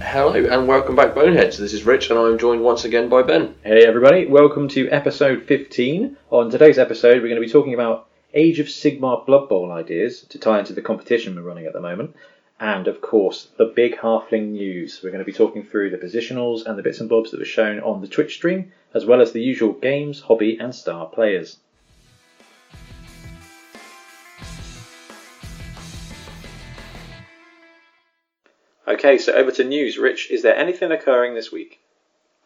Hello and welcome back, Boneheads. This is Rich, and I'm joined once again by Ben. Hey everybody, welcome to episode 15. On today's episode, we're going to be talking about Age of Sigmar Blood Bowl ideas to tie into the competition we're running at the moment, and of course, the big halfling news. We're going to be talking through the positionals and the bits and bobs that were shown on the Twitch stream, as well as the usual games, hobby, and star players. Okay, so over to news. Rich, is there anything occurring this week?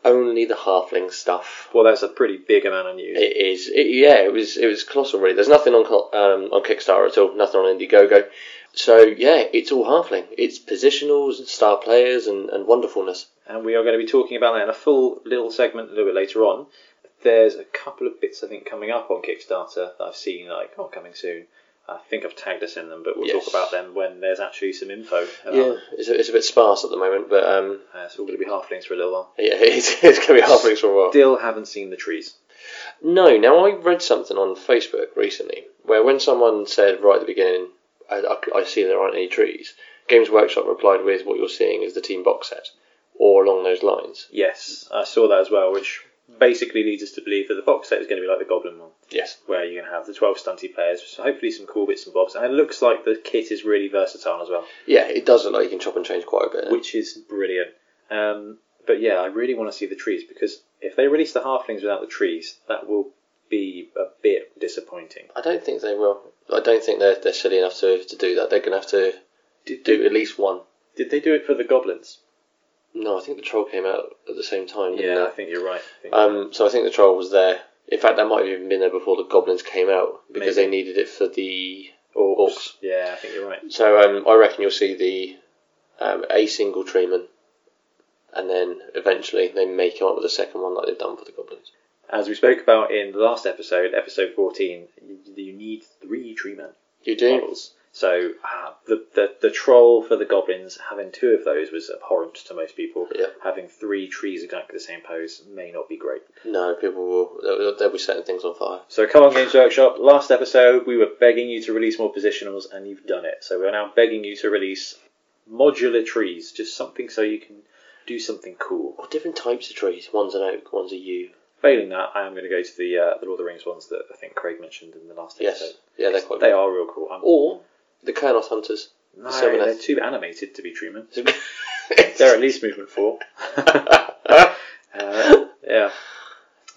Only the halfling stuff. Well, that's a pretty big amount of news. It is, it, yeah, it was, it was colossal. Really, there's nothing on Col- um, on Kickstarter at all. Nothing on Indiegogo. So yeah, it's all halfling. It's positionals and star players and, and wonderfulness. and we are going to be talking about that in a full little segment a little bit later on. There's a couple of bits I think coming up on Kickstarter that I've seen like oh coming soon. I think I've tagged us in them, but we'll Yes. talk about them when there's actually some info. About Yeah, Uh, it's a, it's a bit sparse at the moment, but um, Uh, so we're going to be halflings for a little while. yeah, it's, it's going to be halflings for a while. Still haven't seen the trees. No, now I read something on Facebook recently where when someone said right at the beginning, I, I- I see there aren't any trees, Games Workshop replied with, What you're seeing is the team box set, or along those lines. Yes, I saw that as well, which basically leads us to believe that the box set is going to be like the Goblin one, Yes. where you're going to have the 12 stunty players, so hopefully some cool bits and bobs. And it looks like the kit is really versatile as well. Yeah, it does look like you can chop and change quite a bit. which is brilliant. Um, but yeah, I really want to see the trees because if they release the halflings without the trees, that will be a bit disappointing. I don't think they will. I don't think they're, they're silly enough to, to do that. They're going to have to Did do at least one. did they do it for the goblins? No, I think the troll came out at the same time. didn't Yeah, I it? think you're right. I think- Um, so I think the troll was there. In fact, that might have even been there before the goblins came out because Maybe. they needed it for the Orcs. orcs. Yeah, I think you're right. So um, I reckon you'll see the um, a single treeman, and then eventually they may come up with a second one like they've done for the goblins. As we spoke about in the last episode, episode 14, you- you need three tree men You do? models. So uh, the, the the troll for the goblins having two of those was abhorrent to most people. Yeah. Having three trees exactly the same pose may not be great. No, people will. They'll, they'll be setting things on fire. So come on, Games Workshop. Last episode, we were begging you to release more positionals, and you've done it. So we're now begging you to release modular trees, just something so you can do something cool. Or Oh, different types of trees. One's an oak, one's a yew. Failing that, I am going to go to the uh, the Lord of the Rings ones that I think Craig mentioned in the last Yes, episode. yeah, they're quite. They good. are real cool. I'm, Or the Kernoth hunters. no, Seven they're S. too animated to be treatment. They're They're at least movement four. Uh, yeah.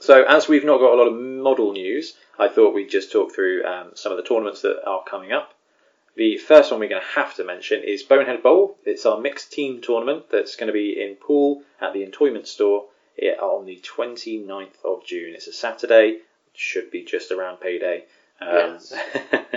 So as we've not got a lot of model news, I thought we'd just talk through um, some of the tournaments that are coming up. The first one we're going to have to mention is Bonehead Bowl. It's our mixed team tournament that's going to be in Poole at the Entoyment Store eh, on the 29th of June. It's a Saturday, should be just around payday. Um, Yes.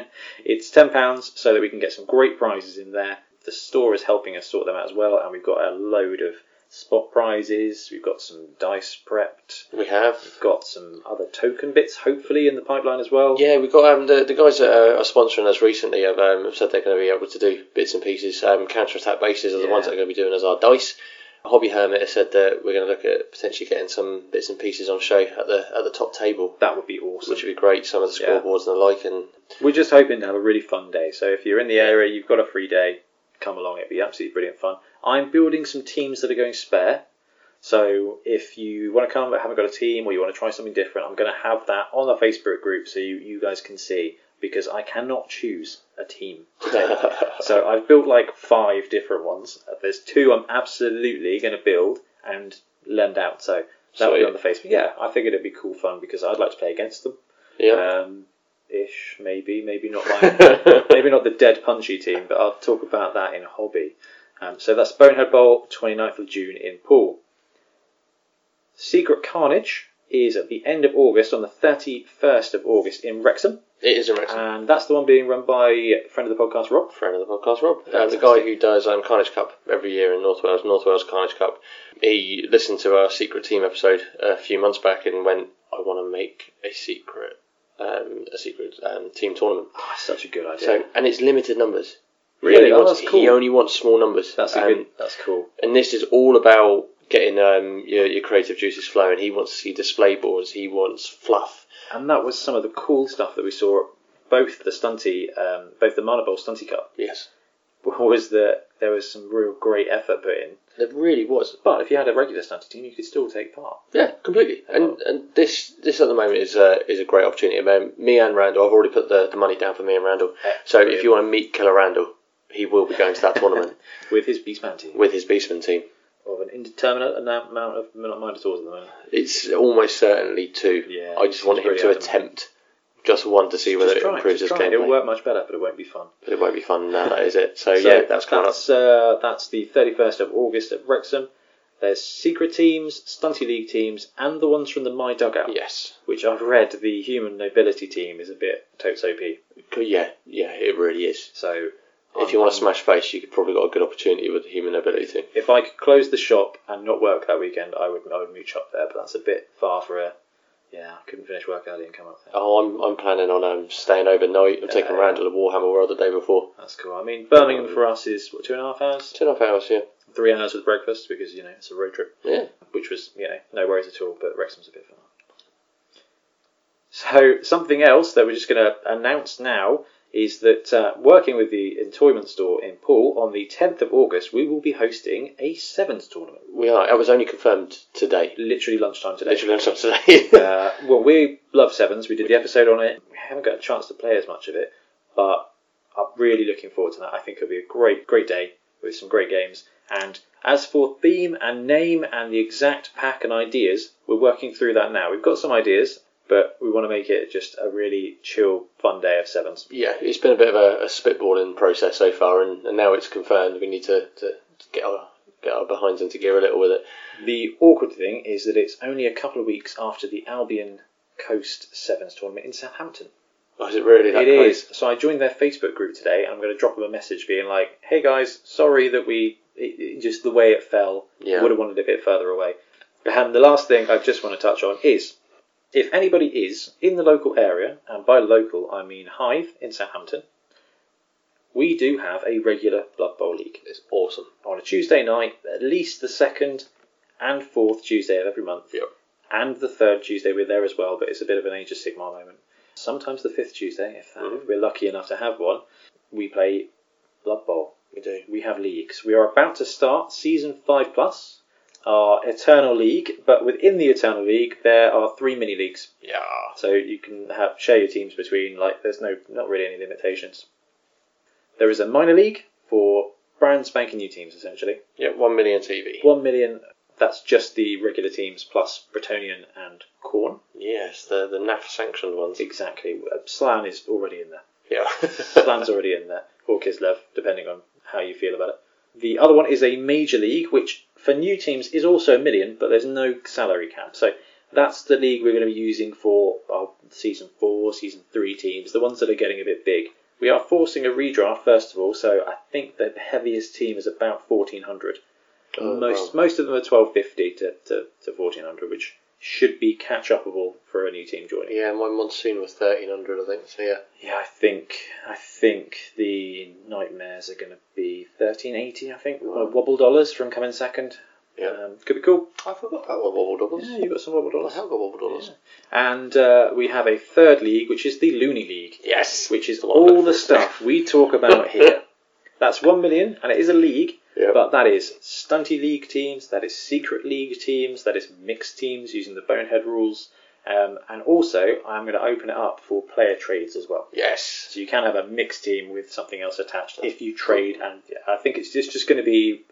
it's £10 so that we can get some great prizes in there. The store is helping us sort them out as well, and we've got a load of spot prizes, we've got some dice prepped, we have. we've got some other token bits hopefully in the pipeline as well. Yeah, we got um, the the guys that are, are sponsoring us recently have, um, have said they're going to be able to do bits and pieces. Um, counter attack bases are the Yeah. ones that are going to be doing as our dice. Hobby Hermit has said that we're going to look at potentially getting some bits and pieces on show at the at the top table, That would be awesome. which would be great. Some of the Yeah. scoreboards and the like, and We're just hoping to have a really fun day. So if you're in the area, you've got a free day, come along. It'd be absolutely brilliant fun. I'm building some teams that are going spare. So if you want to come but haven't got a team or you want to try something different, I'm going to have that on the Facebook group so you, you guys can see because I cannot choose a team today. so I've built like five different ones. There's two I'm absolutely going to build and lend out. So that'll be Sweet. on the Facebook. Yeah, I figured it'd be cool fun because I'd like to play against them yeah, um, ish, maybe, maybe not like, maybe not the dead punchy team, but I'll talk about that in hobby. Um, so that's Bonehead Bowl, 29th of June in Poole. Secret Carnage is at the end of August, on the 31st of August in Wrexham, it is a Wrexham. and that's the one being run by a friend of the podcast, Rob. friend of the podcast, Rob, um, the Fantastic. guy who does um, Carnage Cup every year in North Wales, North Wales Carnage Cup. He listened to our secret team episode a few months back and went, "I want to make a secret." Um, a secret um, team tournament. Ah, such a good idea. So and it's limited numbers. really, he oh, only, that's wants, cool. he only wants small numbers. that's a Um, good. That's cool. And this is all about getting um, your, your creative juices flowing. He wants to see display boards. He wants fluff. And that was some of the cool stuff that we saw. at Both the stunty, um, both the Marlborough stunty cup Yes. was that there was some real great effort put in. There really was. But if you had a regular Stunty team, you could still take part. Yeah, completely. And and this this at the moment is a, is a great opportunity. I mean, me and Randall, I've already put the, the money down for me and Randall. So if you want to meet Killer Randall, he will be going to that tournament with his Beastman team, with his Beastman team. of an indeterminate amount amount of min- Minotaurs at the moment. It's almost certainly two. Yeah, I just want it's him to pretty adamant. attempt just one to see whether Just it try it, improves just his try it. It'll gameplay. work much better, but it won't be fun. But it won't be fun now, that is it. So, So yeah, that's coming up. that's, uh, that's the 31st of August at Wrexham. There's secret teams, stunty league teams, and the ones from the My Dugout, Yes. which I've read the human nobility team is a bit totes OP. Co- Yeah, yeah, it really is. So If you want to smash face, you could probably got a good opportunity with the human ability team. if I could close the shop and not work that weekend, I would I would move shop there, but that's a bit far for a. Yeah, I couldn't finish work early and come up there. Oh, I'm, I'm planning on um, staying overnight. I'm taking Yeah. Randall to Warhammer World the day before. That's cool. I mean, Birmingham for us is what, two and a half hours, Two and a half hours, yeah. three hours with breakfast because you know it's a road trip. Yeah. which was you know no worries at all. But Wrexham's a bit far. So something else that we're just going to announce now is that uh, working with the Entoyment Store in Poole on the 10th of August, we will be hosting a sevens tournament. We are. I was only confirmed today. Literally lunchtime today. Literally lunchtime today. Uh, well, we love sevens. We did the episode on it. We haven't got a chance to play as much of it, but I'm really looking forward to that. I think it'll be a great, great day with some great games. And as for theme and name and the exact pack and ideas, we're working through that now. We've got some ideas, but we want to make it just a really chill, fun day of sevens. yeah, it's been a bit of a, a spitballing process so far, and, and now it's confirmed. We need to, to get our get our behinds into gear a little with it. The awkward thing is that it's only a couple of weeks after the Albion Coast Sevens tournament in Southampton. Oh, is it really that It is. close? So I joined their Facebook group today. and I'm going to drop them a message being like, "Hey guys, sorry that we it, it- just the way it fell. Yeah. Would have wanted it a bit further away." And the last thing I just want to touch on is, if anybody is in the local area, and by local I mean Hythe in Southampton, we do have a regular Blood Bowl league It's awesome. on a Tuesday night, at least the second and fourth Tuesday of every month. Yep. And the third Tuesday we're there as well, but it's a bit of an Age of Sigmar moment. Sometimes the fifth Tuesday, if, uh, if we're lucky enough to have one, we play Blood Bowl. We do. We have leagues. We are about to start season five plus, our Eternal League, but within the Eternal League there are three mini leagues. Yeah. So you can have share your teams between. Like, there's no not really any limitations. There is a minor league for brand spanking new teams, essentially. Yeah. One million TV. One million. That's just the regular teams plus Bretonian and Corn. Yes, the the NAF sanctioned ones. Exactly. Uh, Slan is already in there. Yeah. Slan's already in there. Or Kislev, depending on how you feel about it. The other one is a major league, which for new teams is also a million, but there's no salary cap. So that's the league we're going to be using for our season four, season three teams, the ones that are getting a bit big. We are forcing a redraft first of all, so I think the heaviest team is about 1400 Oh, most wow. most of them are twelve fifty to, to, to fourteen hundred, which should be catch upable for a new team joining. Yeah, my monsoon was thirteen hundred, I think. So yeah. Yeah, I think I think the nightmares are going to be thirteen eighty. I think with my wobble dollars from coming second. Yeah. um, could be cool. I forgot about wobble doubles. Yeah, you got some wobble I dollars. have got wobble doubles. And uh, we have a third league, which is the Looney League, Yes. which is The one all that- the stuff we talk about here. That's one million, and it is a league. Yeah. But that is stunty league teams, that is secret league teams, that is mixed teams using the bonehead rules. Um, and also, I'm going to open it up for player trades as well. yes. So you can have a mixed team with something else attached if you trade. And I think it's just, just going to be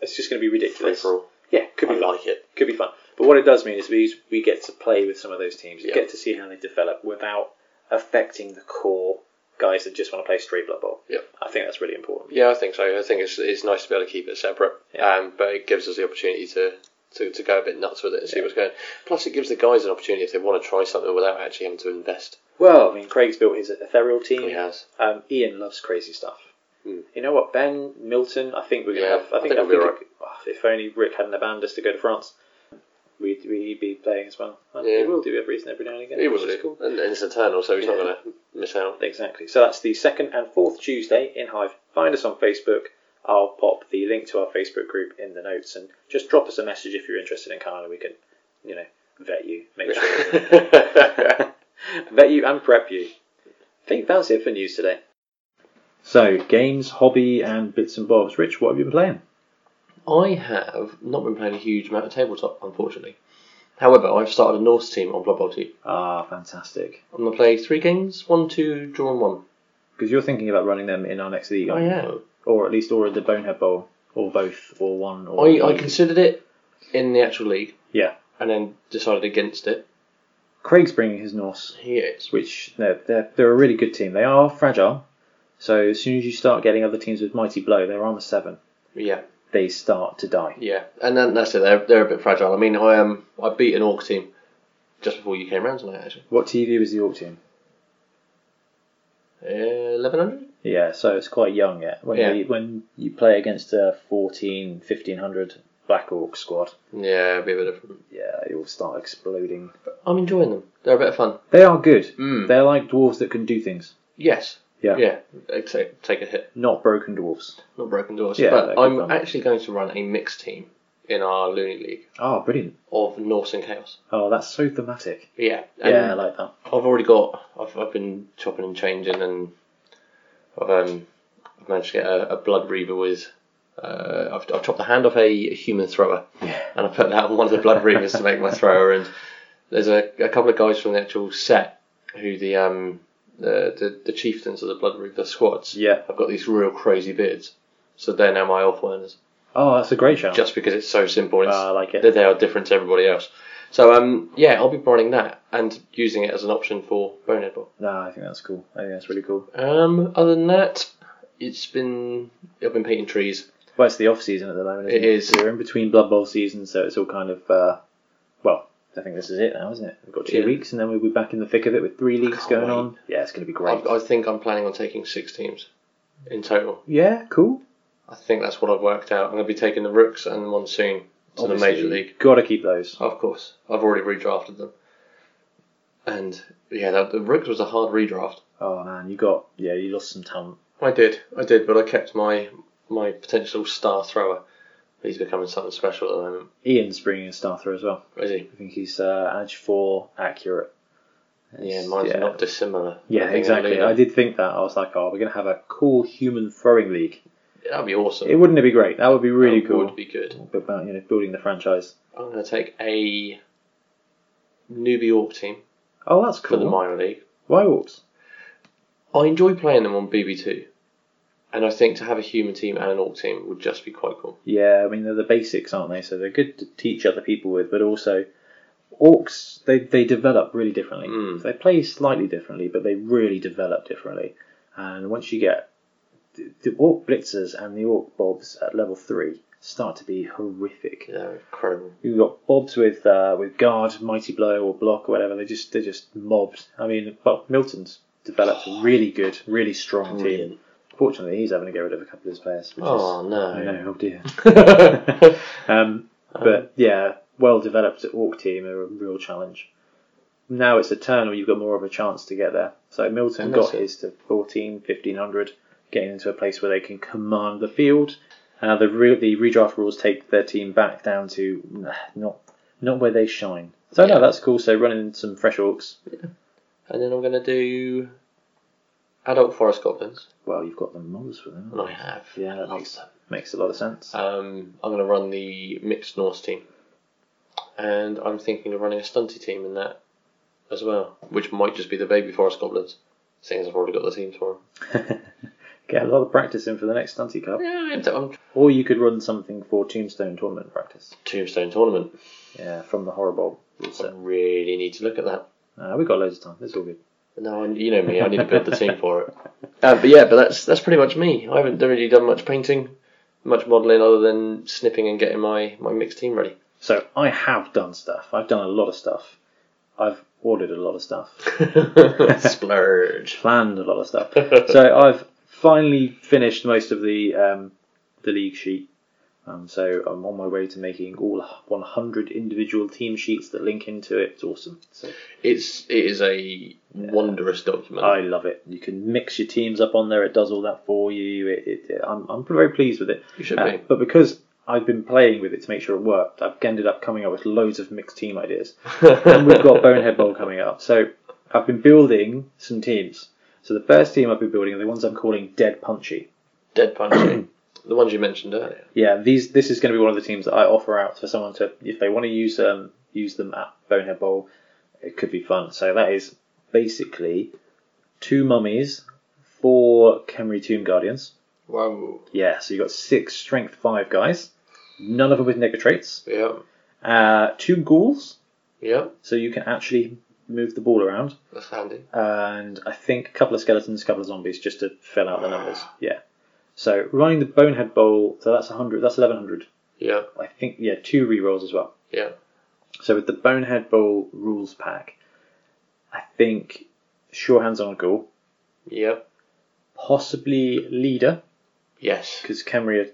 it's just going to be Free ridiculous. for all. Yeah, could I be fun. like it. Could be fun. But what it does mean is we we get to play with some of those teams. Yeah. Get to see how they develop without affecting the core guys that just want to play straight blood bowl. Yeah. I think that's really important. Yeah, I think so. I think it's it's nice to be able to keep it separate, Yeah. um, but it gives us the opportunity to, to, to go a bit nuts with it and see what's going. on. Plus, it gives the guys an opportunity if they want to try something without actually having to invest. Well, I mean, Craig's built his ethereal team. He has. Um, Ian loves crazy stuff. Hmm. You know what, Ben Milton? I think we're gonna Yeah, have. I I think think, I it'll be think it- oh, if only Rick hadn't abandoned us to go to France, we'd, we'd be playing as well. And Yeah. He will do every every now and again. He which will is do, cool. and, and it's eternal, so he's Yeah. not going to miss out. Exactly. So that's the second and fourth Tuesday in Hive. Find us on Facebook. I'll pop the link to our Facebook group in the notes and just drop us a message if you're interested in coming and we can, you know, vet you, make sure, vet you and prep you. I think that's it for news today. So games, hobby, and bits and bobs. Rich, what have you been playing? I have not been playing a huge amount of tabletop, unfortunately. However, I've started a Norse team on Blood Bowl 2. Ah, fantastic. I'm going to play three games one, two, draw, and one. Because you're thinking about running them in our next league, I aren't you? am. or at least or the Bonehead Bowl, or both, or one, or I, I considered it in the actual league yeah. and then decided against it. Craig's bringing his Norse, He is. which they're, they're they're a really good team. They are fragile, so as soon as you start getting other teams with mighty blow, their armor seven, Yeah, they start to die. yeah. And then that's it. They're, they're a bit fragile. I mean, I um, I beat an orc team just before you came round tonight, actually. What TV was the Orc team? Uh, 1100? Yeah, so it's quite young yet. When Yeah. you, when you play against a 14, 1500 Black Orc squad, Yeah, it'll be a bit of. yeah, you'll start exploding. I'm enjoying them. They're a bit of fun. They are good. Mm. They're like dwarves that can do things, Yes. Hmm. Yeah. Yeah. They Take, take a hit. not broken dwarves. Not broken doors. Yeah, they're but good I'm fun. actually going to run a mixed team in our Looney League Oh, brilliant. of Norse and Chaos. Oh, that's so thematic. Yeah. And Yeah, I like that. I've already got. I've, I've been chopping and changing, and I've, um, I've managed to get a, a blood reaver with. Uh, I've, I've chopped the hand off a, human thrower, and I put that on one of the blood reavers to make my thrower. And there's a, a couple of guys from the actual set who the um the, the, the chieftains of the blood reaver squads. Yeah. I've got these real crazy beards, so they're now my off earners Oh, that's a great shout. just because it's so simple. and It's, Ah, I like it. that they are different to everybody else. So um, yeah, I'll be running that and using it as an option for bonehead ball. No, I think that's cool. I think that's really cool. Um, other than that, it's been I've been painting trees. Well, it's the off season at the moment. Isn't It it, is. We're in between Blood Bowl seasons, so it's all kind of. Uh, well, I think this is it now, isn't it? We've got two Yeah. weeks, and then we'll be back in the thick of it with three leagues Can't going wait. on. Yeah, it's going to be I, great. I think I'm planning on taking six teams in total. Yeah, cool. I think that's what I've worked out. I'm going to be taking the rooks and monsoon to the major league. Got to keep those. Of course, I've already redrafted them. And yeah, that, the rooks was a hard redraft. Oh man, you got yeah, you lost some talent. I did, I did, but I kept my my potential star thrower. He's becoming something special at the moment. Ian's bringing in Starther as well. Is he? I think he's uh, edge four accurate. Yeah, It's- mine's yeah. not dissimilar. uh, Yeah, exactly. I did think that. I was like, oh, we're going to have a cool human throwing league. That'd be awesome. It wouldn't it be great? That would be really That cool. Would be good. But about you know building the franchise. I'm going to take a newbie orc team Oh, that's for the cool. minor league. Why orcs? I enjoy playing them on BB2, and I think to have a human team and an orc team would just be quite cool. Yeah, I mean they're the basics, aren't they? So they're good to teach other people with, but also orcs they they develop really differently. Mm. They play slightly differently, but they really develop differently. And once you get the, the orc blitzers and the orc bobs at level three start to be horrific. Yeah, incredible. You've got bobs with uh, with guard, mighty blow, or block, or whatever. They just they just mobbed. I mean, well, Milton's developed a really good, really strong Brilliant. team. Fortunately, he's having to get rid of a couple of his players. Which Oh is, I no. know, oh dear. um, but yeah, well developed orc team are a real challenge. Now it's a turn where you've got more of a chance to get there. So Milton And got that's it. his to 14, 1500, getting into a place where they can command the field. Uh, the, re- the redraft rules take their team back down to nah, not not where they shine. So Yeah. no, that's cool. So running some fresh orcs. And then I'm going to do adult forest goblins, Well, you've got the models for them. and I have. Yeah, that Love makes them. makes a lot of sense. Um, I'm going to run the mixed Norse team, and I'm thinking of running a stunty team in that as well, which might just be the baby forest goblins, seeing as I've already got the teams for Get a lot of practice in for the next stunty club. them. Yeah, I'm, I'm Or you could run something for Tombstone Tournament practice. Tombstone tournament. Yeah, from the horror bowl. I really need to look at that. Uh, we've got loads of time. It's all good. No, I- you know me. I need to build the team for it. Uh, but yeah, but that's that's pretty much me. I haven't really done much painting, much modelling, other than snipping and getting my my mixed team ready. So I have done stuff. I've done a lot of stuff. I've ordered a lot of stuff. Splurge. Planned a lot of stuff. so I've finally finished most of the um, the league sheet. Um, so I'm on my way to making all 100 individual team sheets that link into it. It's awesome. So It's it is a wondrous document. I love it. You can mix your teams up on there. It does all that for you. It, it, it- I'm, I'm very pleased with it. You should Uh, be. But because I've been playing with it to make sure it worked, I've ended up coming up with loads of mixed team ideas. and we've got Bonehead Bowl coming up. So I've been building some teams. So the first team I've been building are the ones I'm calling Dead Punchy. Dead Punchy. The ones you mentioned earlier. Yeah, these this is going to be one of the teams that I offer out for someone to if they want to use um use them at Bonehead Bowl, it could be fun. So that is basically two mummies, four Kemri Tomb Guardians. Whoa. Yeah, so you've got six strength five guys, none of them with negative traits. Yeah. Uh, two ghouls, Yeah. so you can actually move the ball around, That's handy. and I think a couple of skeletons, a couple of zombies, just to fill out the numbers. Yeah. So running the Bonehead Bowl, so that's hundred, that's eleven hundred. Yeah. I think yeah, two rerolls as well. Yeah. So with the Bonehead Bowl rules pack, I think sure hands on a goal, Yeah. possibly leader Yes. because Camry are-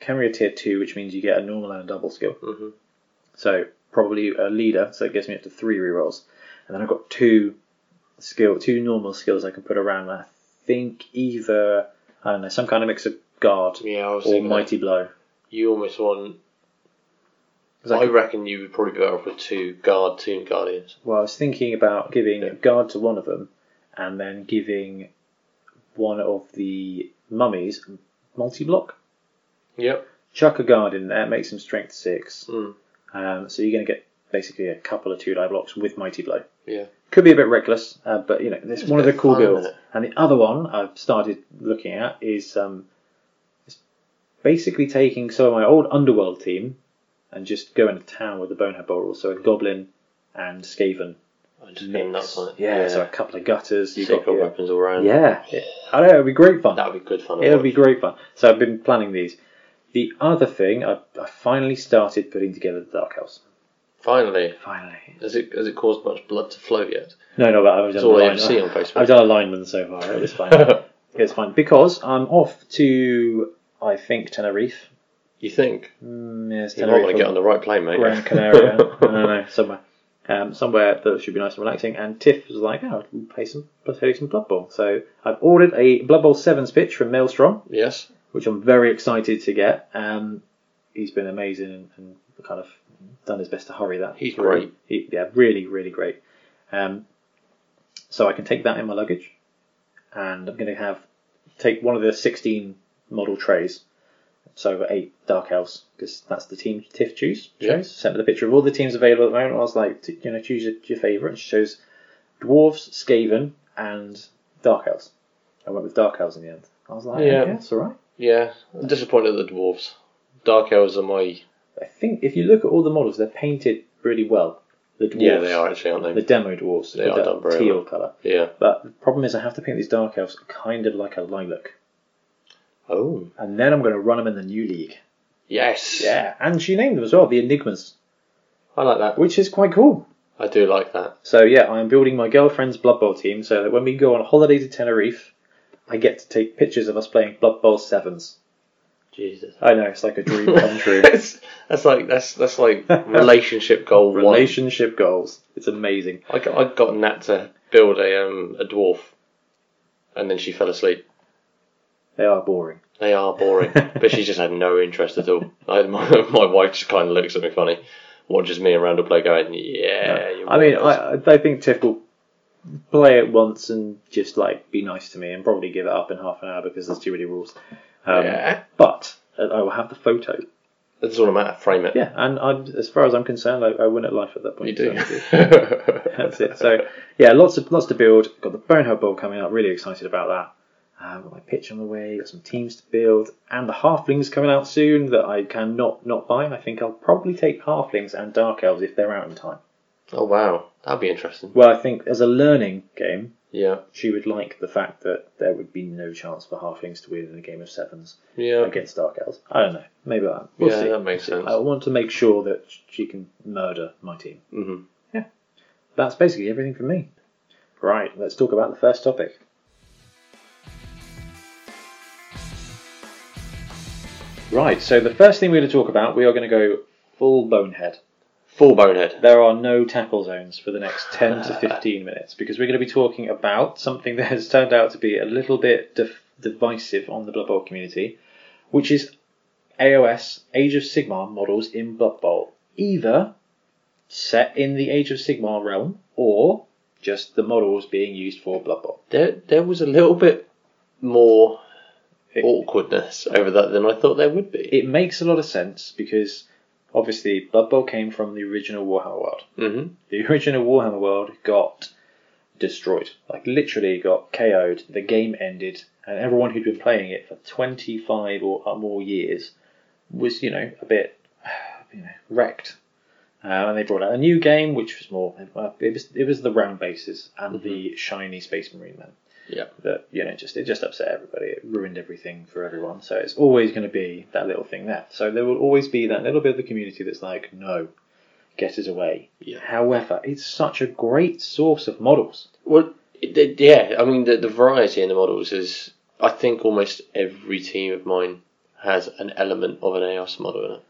Camry are tier two, which means you get a normal and a double skill. hmm So probably a leader, so it gives me up to three rerolls, and then I've got two skill, two normal skills I can put around. I think either I don't know some kind of mix of guard Yeah, I was or thinking that. mighty blow. You almost want. 'Cause I I could- reckon you would probably be better off with two guard team guardians. Well, I was thinking about giving Yeah. guard to one of them, and then giving one of the mummies multi-block. Yep. Chuck a guard in there, makes him strength six. Mm. Um, so you're going to get basically a couple of two die blocks with mighty blow. Yeah. Could be a bit reckless, uh, but you know it's It's a one of the bit cool fun, builds. isn't it? And the other one I've started looking at is um, it's basically taking some of my old underworld team and just going to town with the bonehead bowl rules. So a goblin and skaven I just go nuts on it. yeah, so a couple of gutters. You've You've got got your- weapons all round. yeah. I know, it'll be great fun. That would be good fun. to It'll watch. be great fun. So I've been planning these. The other thing, I, I finally started putting together the Dark Elves. Finally. Finally. Has it has it caused much blood to flow yet? No, no, but I've done, That's all I ever alignment. see on Facebook. I've done alignment so far. It's fine. it's fine. Because I'm off to, I think, Tenerife. you think? Mm, yes, You might Tenerife. want to get on the right plane, mate. Gran Canaria. Uh, I don't know, somewhere. Um, somewhere that should be nice and relaxing. And Tiff was like, oh, we'll play some, let's play some Blood Bowl. So I've ordered a Blood Bowl 7s pitch from Maelstrom, yes. which I'm very excited to get. Um, he's been amazing and, and kind of done his best to hurry that. He's through. great. He, yeah, really, really great. Um, so I can take that in my luggage, and I'm going to have take one of the 16 model trays. So eight dark elves because that's the team Tiff choose. Yeah. Chose. Sent me the picture of all the teams available at the moment. I was like, t- you know, choose your, your favourite. and She chose dwarves, skaven, and dark elves. I went with dark elves in the end. I was like, Yeah. yeah, that's all right. Yeah. I'm disappointed at the dwarves. Dark elves are my. I think if you look at all the models, they're painted really well. The dwarves, Yeah, they are actually, aren't The they? demo dwarves, They with are that done very teal well. color. yeah. But the problem is, I have to paint these dark elves kind of like a lilac, Oh. and then I'm going to run them in the new league. Yes. Yeah, and she named them as well, the Enigmas, I like that. which is quite cool. I do like that. So yeah, I am building my girlfriend's Blood Bowl team so that when we go on holiday to Tenerife, I get to take pictures of us playing Blood Bowl sevens. Jesus. I know it's like a dream come true. that's, that's like that's that's like relationship goal Relationship goals. It's amazing. one. I got, I got Nat to build a um a dwarf, and then she fell asleep. They are boring. They are boring, but she just had no interest at all. I, my, my wife just kind of looks at me funny, watches me around the play going, yeah. you're I mean, boring, lads." I, I think Tiff will play it once and just like be nice to me and probably give it up in half an hour because there's too many rules. Um, yeah, But uh, I will have the photo. that's all that matter. Frame it. Yeah, and I'm, as far as I'm concerned, I, I win at life at that point. you do. so that's it. So yeah, lots of lots to build. Got the Bonehead Bowl coming up. Really excited about that. Um, got my pitch on the way. Got some teams to build, and the Halflings coming out soon that I cannot not buy. I think I'll probably take Halflings and Dark Elves if they're out in time. oh wow, that'd be interesting. Well, I think as a learning game, Yeah, she would like the fact that there would be no chance for halflings to win in a game of sevens yeah, against dark elves. I don't know. Maybe I. We'll yeah. see. That makes sense. I want to make sure that she can murder my team. hmm That's basically everything from me. Right, let's talk about the first topic. Right, so the first thing we're going to talk about, we are going to go full bonehead. Full bonehead. There are no tackle zones for the next 10 to 15 minutes because we're going to be talking about something that has turned out to be a little bit dif- divisive on the Blood Bowl community, which is AOS Age of Sigmar models in Blood Bowl, either set in the Age of Sigmar realm or just the models being used for Blood Bowl. There, there was a little bit more awkwardness over that than I thought there would be. It makes a lot of sense because obviously Blood Bowl came from the original Warhammer world. Mm-hmm. The original Warhammer world got destroyed. Like literally got KO'd. The game ended, and everyone who'd been playing it for 25 or uh, more years was, you know, a bit, you know, wrecked. Uh, and they brought out a new game, which was more. It was it was the round bases and the shiny Space Marine men Mm-hmm. Yeah. that you know just it just upset everybody. It ruined everything for everyone. So it's always going to be that little thing there. So there will always be that little bit of the community that's like, no, get it away. Yeah. However, it's such a great source of models. Well, it, it- yeah. I mean, the, the variety in the models is. I think almost every team of mine has an element of an AOS model in it.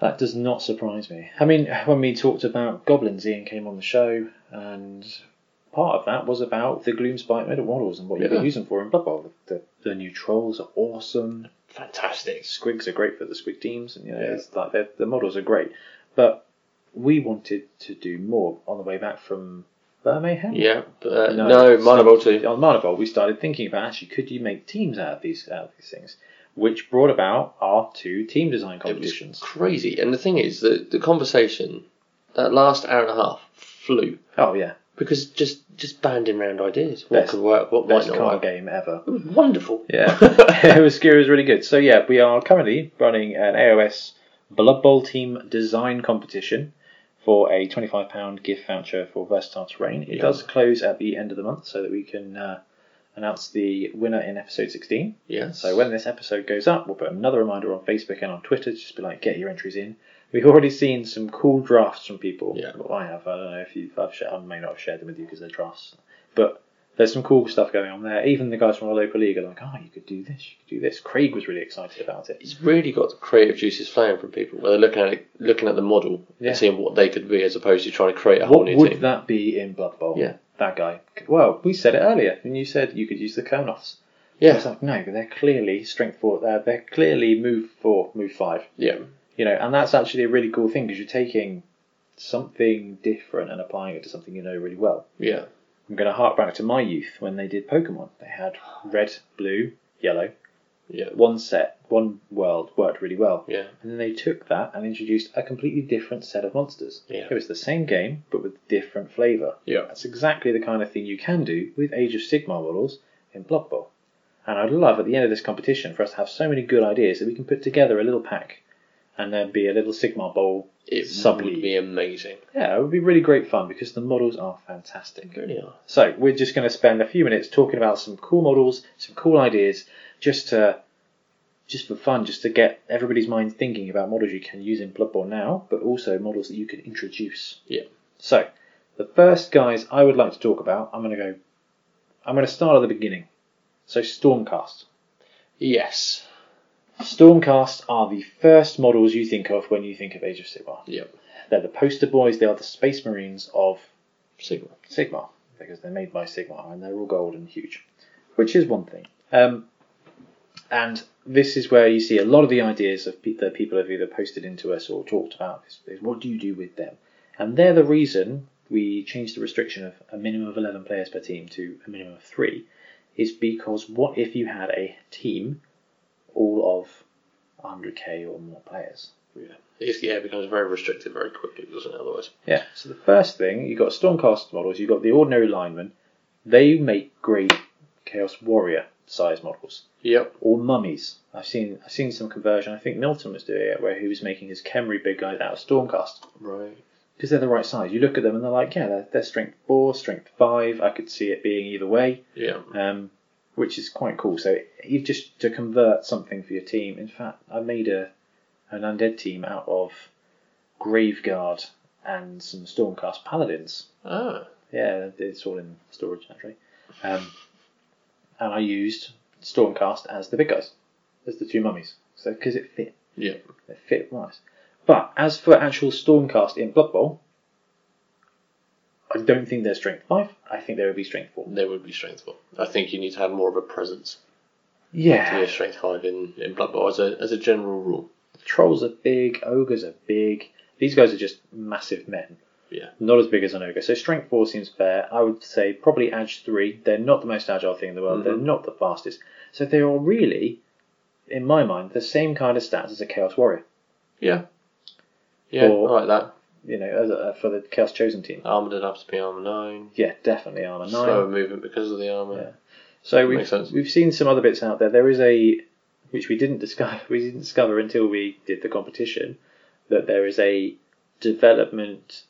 That does not surprise me. I mean, when we talked about goblins, Ian came on the show, and part of that was about the Gloomspite metal models and what you Yeah. can use them for in Blood Bowl. The, the new trolls are awesome. Fantastic. Squigs are great for the Squig teams, and you know, Yeah. it's like the the models are great. But we wanted to do more on the way back from Birmingham. Yeah. But, uh, no, mine are all too. On Manable, we started thinking about actually could you make teams out of these out of these things, which brought about our two team design It was competitions. crazy. And the thing is, the, the conversation, that last hour and a half, flew. Oh yeah, Because just just banding round ideas. What Best- could work, what might best not card work. game ever. It was wonderful. Yeah, it was it was really good. So yeah, we are currently running an AOS Blood Bowl team design competition for a twenty-five pound gift voucher for versatile terrain. It Yeah. does close at the end of the month, so that we can uh, announce the winner in episode sixteen. yeah. So when this episode goes up, we'll put another reminder on Facebook and on Twitter. Just be like, get your entries in. We've already seen some cool drafts from people. Yeah. Well, I have. I don't know if you've. I've sh- I may not have shared them with you because they're drafts. But there's some cool stuff going on there. Even the guys from our local league are like, oh, you could do this, you could do this. Craig was really excited about it. it's really got the creative juices flowing from people where they're looking at it, looking at the model Yeah. and seeing what they could be as opposed to trying to create a whole What new would team. that be in Blood Bowl? Yeah. That guy. Well, we said it earlier, and you said you could use the Kernoffs. I was yeah, like, no, but they're clearly strength four. They're, they're clearly move four, move five. yeah, you know, and that's actually a really cool thing because you're taking something different and applying it to something you know really well. yeah, I'm going to hark back to my youth when they did Pokemon. They had red, blue, yellow, yeah, one set, one world worked really well. yeah, And then they took that and introduced a completely different set of monsters. Yeah. It was the same game but with different flavour. yeah. That's exactly the kind of thing you can do with Age of Sigmar models in Blood Bowl. And I'd love at the end of this competition for us to have so many good ideas that we can put together a little pack and there'd be a little Sigmar Bowl. It Subleague. would be amazing. Yeah, it would be really great fun because the models are fantastic. They really are. So we're just going to spend a few minutes talking about some cool models, some cool ideas, just to just for fun, just to get everybody's mind thinking about models you can use in Blood Bowl now, but also models that you can introduce. Yeah. So the first guys I would like to talk about, I'm going to go. I'm going to start at the beginning. So Stormcast. Yes. Stormcast are the first models you think of when you think of Age of Sigmar. Yep. They're the poster boys. They are the Space Marines of Sigma. Sigma because they're made by Sigma and they're all gold and huge, which is one thing. Um, and this is where you see a lot of the ideas of pe- that people have either posted into us or talked about is, is what do you do with them? And they're the reason we changed the restriction of a minimum of 11 players per team to a minimum of three, is because what if you had a team all of 100k or more players? Yeah. It's, yeah, it becomes very restricted very quickly, doesn't it? Otherwise. Yeah. So the first thing you've got Stormcast models, you've got the ordinary linemen. They make great Chaos Warrior size models Yep. or mummies. I've seen I've seen some conversion. I think Milton was doing it where he was making his Kemri big guys out of Stormcast Right. because they're the right size. You look at them and they're like, yeah, they're, they're strength four, strength five. I could see it being either way, Yeah. um, which is quite cool. So you just to convert something for your team. In fact, I made a an undead team out of Graveguard and some Stormcast paladins. Ah. Yeah, it's all in storage actually. Um, and I used Stormcast as the big guys, as the two mummies, so because it fit, Yeah. it fit nice. But as for actual Stormcast in Blood Bowl, I don't think they're strength five. I think they would be strength four. They would be strength four. I think you need to have more of a presence to be Yeah, a strength five in, in Blood Bowl as a, as a general rule. trolls are big, ogres are big. These guys are just massive men. Yeah. Not as big as an ogre. So strength four seems fair. I would say probably edge three. They're not the most agile thing in the world. They're not the fastest. So they are really in my mind, the same kind of stats as a Chaos Warrior. Yeah. Yeah, Or- I like that. You know, as a, for the Chaos Chosen team. Armoured would have to be armour 9. Yeah, definitely armor nine. Slower movement because of the armour. So we've Makes sense. we've seen some other bits out there. There is a which we didn't discover we didn't discover until we did the competition that there is a development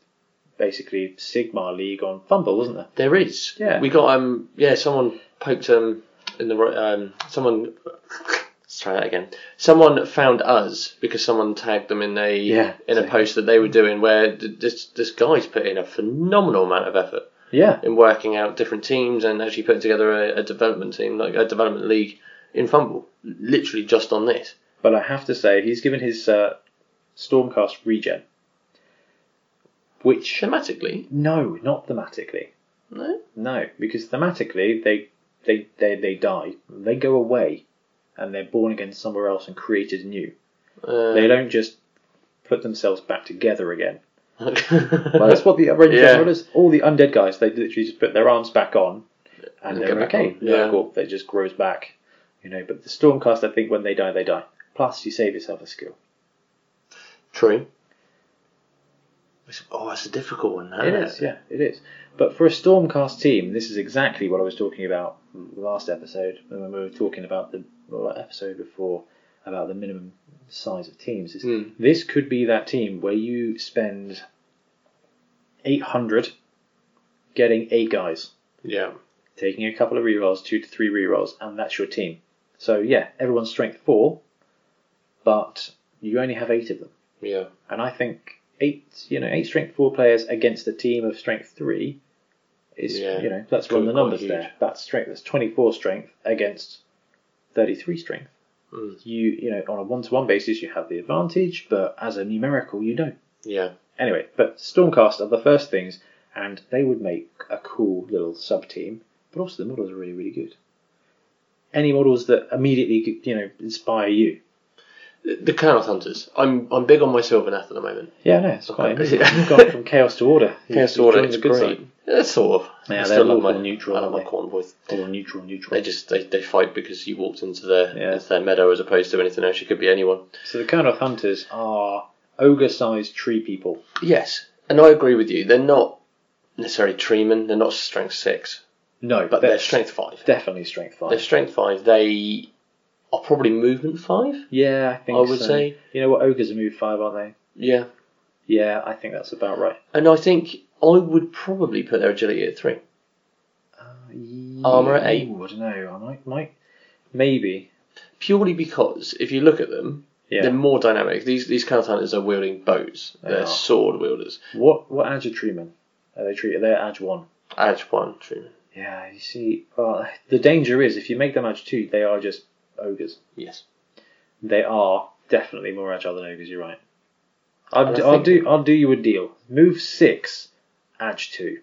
basically Sigma League on Fumble, wasn't there? There is. Yeah. We got, um, yeah, someone poked um, in the right, um, someone, let's try that again. Someone found us because someone tagged them in a, Yeah. in a post that they were doing where th- this, this guy's put in a phenomenal amount of effort. Yeah. in working out different teams and actually putting together a, a development team, like a development league in Fumble, literally just on this. But I have to say he's given his uh, Stormcast regen. Which Schematically, no, not thematically. no. No, because thematically they they, they, they die. They go away and they're born again somewhere else and created anew. Uh, They don't just put themselves back together again. Well, well, that's what the Rangers Yeah. yeah. All the undead guys, they literally just put their arms back on, And and, go they're back okay. on, yeah. Their corp, they just grows back, you know. But the Stormcast, I think, when they die, they die. Plus, you save yourself a skill. true. It's- Oh, that's a difficult one. That It is, yeah, it is. But for a Stormcast team, this is exactly what I was talking about last episode when we were talking about the well, that episode before about the minimum size of teams. Is Hmm. This could be that team where you spend 800 getting eight guys, Yeah. taking a couple of rerolls, two to three rerolls, and that's your team. So, yeah, everyone's strength four, but you only have eight of them. Yeah. And I think eight, you know, eight strength four players against a team of strength three is, Yeah. you know, that's Could one of be the quite numbers huge. there. That's strength. That's twenty four strength against thirty three strength. Mm. You, you know, on a one to one basis, you have the advantage, but as a numerical, you don't. Yeah. Anyway, but Stormcast are the first things, and they would make a cool little sub team. But also, the models are really, really good. Any models that immediately, you know, inspire you. The the Colonel Hunters. I'm I'm big on my Sylvanath at the moment. Yeah, no, it's quite Okay. amazing. You've gone from chaos to order. Chaos You've Order, joined it's the good great. side. Yeah, sort of. Yeah, I they're still love awful my neutral, I love my aren't they? corn boys. Or neutral, neutral. They just they, they fight because you walked into their Yeah. into their meadow as opposed to anything else. You could be anyone. So the Kernoth hunters are ogre-sized tree people. Yes, and I agree with you. They're not necessarily treemen. They're not strength six, No, but they're, strength five. definitely strength five. They're strength five. They are probably movement five. yeah, I think I would so. say. You know what? Ogres are move five, aren't they? Yeah, Yeah, I think that's about right. and I think I would probably put their agility at three. Uh, Armour at eight. Ooh, I don't know. I might, might, maybe. Purely because if you look at them, Yeah. they're more dynamic. These these card hunters are wielding bows. They They are are. sword wielders. What what age are treemen? Are they tree? They're age one. Edge one treeman. Yeah, you see. Well, the danger is if you make them age two, they are just ogres. Yes. They are definitely more agile than ogres. You're right. I'll, And I do, I'll think- do. I'll do you a deal. Move six, edge two.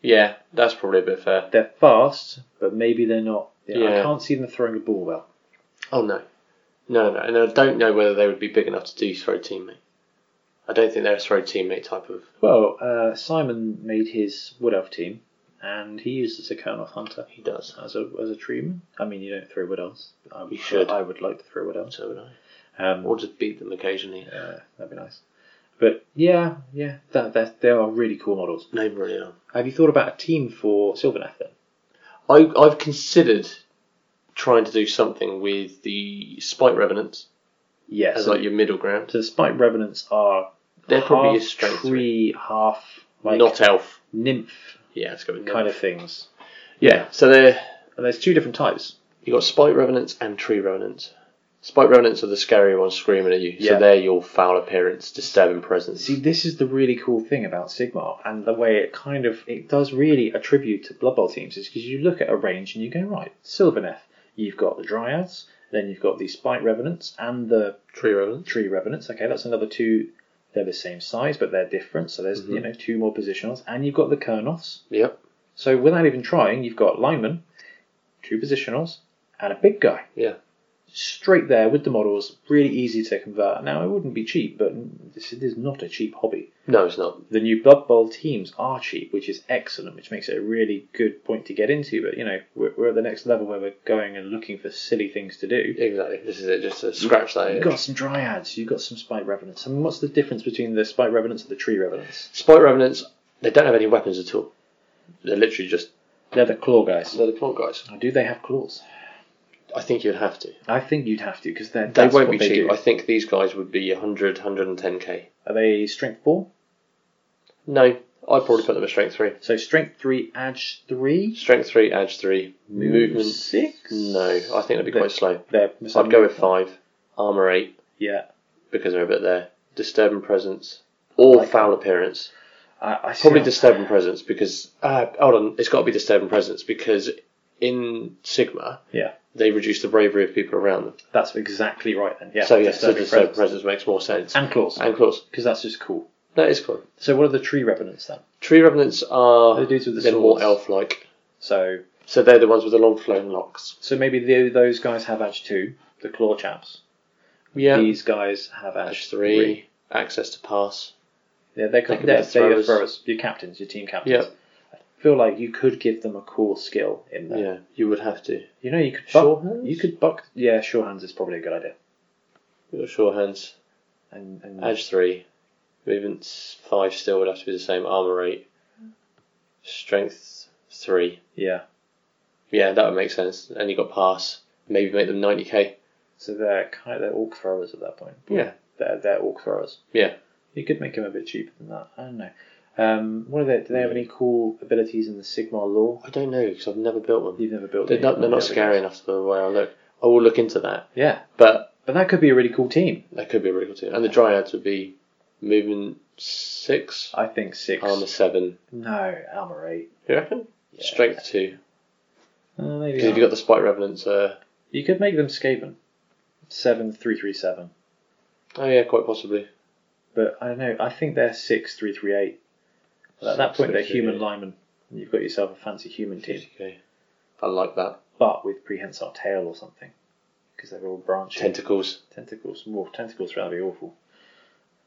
Yeah, that's probably a bit fair. They're fast, but maybe they're not. You know, Yeah. I can't see them throwing a ball well. Oh no, no, no, and I don't know whether they would be big enough to do throw teammate. I don't think they're a throw teammate type of. Well, uh, Simon made his wood elf team, and he uses a Kernoth hunter He does. as a as a treatment. I mean, you don't throw wood elves. I, You should. I would like to throw wood elves. So would I. Um, Or just beat them occasionally. uh, that'd be nice. But yeah, yeah, that, that they are really cool models. No, really are. Have you thought about a team for Sylvaneth then? I, I've considered trying to do something with the Spike Revenants Yes. as like your middle ground. So the Spike Revenants are They're probably your half strength tree, half like Not elf. nymph Yeah, let's go with kind of things. Yeah, so they're And there's two different types. you got Spike Revenants and Tree Revenants. Spike Revenants are the scary ones screaming at you, so Yeah. they're your foul appearance, disturbing presence. See, this is the really cool thing about Sigmar and the way it kind of it does really attribute to Blood Bowl teams is because you look at a range and you go right, Sylvaneth, you've got the Dryads, then you've got the Spike Revenants and the Tree Revenants. Tree Revenants. Okay, that's another two. They're the same size, but they're different. So there's Mm-hmm. you know two more positionals, and you've got the Kernoths. Yep. So without even trying, you've got linemen, two positionals, and a big guy. Yeah. straight there with the models, really easy to convert. Now, it wouldn't be cheap, but this is not a cheap hobby. No, it's not. The new Blood Bowl teams are cheap, which is excellent, which makes it a really good point to get into. But, you know, we're, we're at the next level where we're going and looking for silly things to do. Exactly. This is it. Just to scratch that. You've itch. got some dryads, you've got some spike revenants. I mean, what's the difference between the spike revenants and the tree revenants? Spike revenants. They don't have any weapons at all. They're literally just They're the claw guys. they're the claw guys. Now, Do they have claws? I think you'd have to. I think you'd have to because they're They that's won't what be they cheap. do. I think these guys would be 100, 110k. Are they strength four? No, I'd probably put them at strength three. So strength three, edge three, Strength three, edge three, movement movement. six. No, I think they'd be quite slow. There, I'd go with five, armor eight Yeah, because they're a bit there. Disturbing presence or like foul appearance. I, I see Probably how- disturbing presence because uh, hold on, it's got to be disturbing presence because in Sigma Yeah, they reduce the bravery of people around them. that's exactly right then. Yeah. so yes, so disturbing disturbing presence. presence makes more sense. and claws And claws. because that's just cool. That is cool. So what are the tree revenants then? Tree revenants are The dudes with the they're more swords. elf-like. So So they're the ones with the long flowing locks. so maybe the, those guys have edge two, the claw chaps. Yeah. These guys have edge Edge E three, access to pass. Yeah, They they're, could be they're, the they're your throwers. throwers, your captains, your team captains. Yeah. I feel like you could give them a cool skill in there. Yeah, you would have to. You know, you could buck, Sure hands? You could buck. Yeah, sure hands is probably a good idea. You've got sure hands. And, and Edge three. Movements five still would have to be the same. Armor eight. Strength three. yeah, Yeah, that would make sense. And you got pass. Maybe make them 90k. so they're kind they're orc throwers at that point. Yeah. They're they're orc throwers. Yeah. You could make them a bit cheaper than that. I don't know. Um, what are they? Do they have any cool abilities in the Sigmar lore? I don't know because I've never built one. You've never built. They're any not, they're of not the other scary guys. enough to the way I look. I will look into that. Yeah, But but that could be a really cool team. that could be a really cool team. And the dryads would be movement six, I think six. armor seven. no, armor eight. You reckon? Yeah. Strength two. Uh, maybe. Because if you've armor- got the Spike Revenants, uh, you could make them Skaven. Seven three three seven. oh yeah, quite possibly. But I don't know. I think they're six three three eight. At that point, they're human 6-3-3-8. linemen. And you've got yourself a fancy human team, 50k. I like that. but with prehensile tail or something, because they're all branching. Tentacles, tentacles. More tentacles. That'd be awful.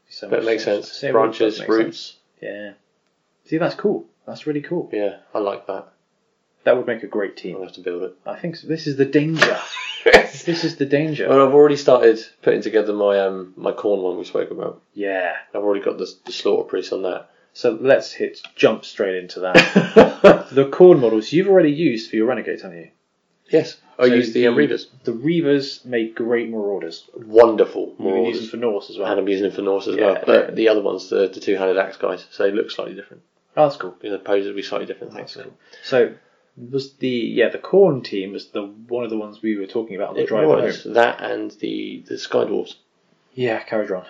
So but it much makes sense. sense. So it would Branches, make sense. roots. Yeah. See, that's cool. That's really cool. Yeah, I like that. That would make a great I'll team. have to build it. I think so. this is the danger. This is the danger. well, I've already started putting together my um my corn one we spoke about. Yeah. I've already got the, the slaughter priest on that. So let's hit jump straight into that. the corn models you've already used for your renegades, haven't you? yes, I So use the um, the- readers. The Reavers make great marauders. Wonderful You can use marauders. them for Norse as well. And I'm using them for Norse as Yeah. well. But the other one's the, the two handed axe guys, so they look slightly different. Oh, that's cool. The poses will be slightly different. That's thanks. cool. So was the yeah the corn team was the one of the ones we were talking about on the It drive was home. that and the, the Sky Dwarves. Yeah, Caradron.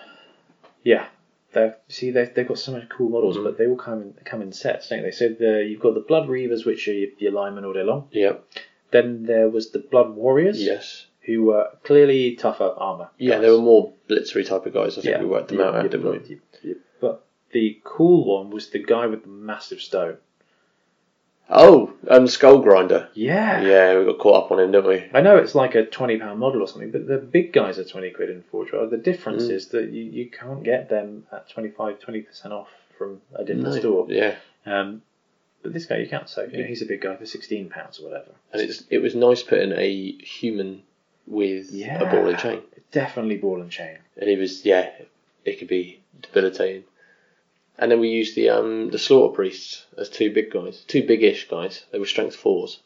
Yeah, they see they they've got so many cool models, Mhm. but they all come in, come in sets, don't they? So the you've got the Blood Reavers, which are your, your linemen all day long. Yep. Then there was the Blood Warriors, Yes. who were clearly tougher armor. Yeah, guys. they were more blitzery type of guys. I think we worked them yeah, out, yeah, didn't we? yeah, yeah. But the cool one was the guy with the massive stone. Oh, um, Skull Grinder. Yeah. Yeah, we got caught up on him, didn't we? I know it's like a twenty pound model or something, but the big guys are twenty quid in Forge. World. The difference Mm. is that you, you can't get them at 25 20 percent off from a different No. store. Yeah, Um, but this guy you can't. So you know, he's a big guy for sixteen pounds or whatever. and it's it was nice putting a human with Yeah. a ball and chain, Definitely ball and chain. and he was yeah, it could be debilitating. And then we used the um the slaughter priests as two big guys, two big-ish guys. They were strength fours.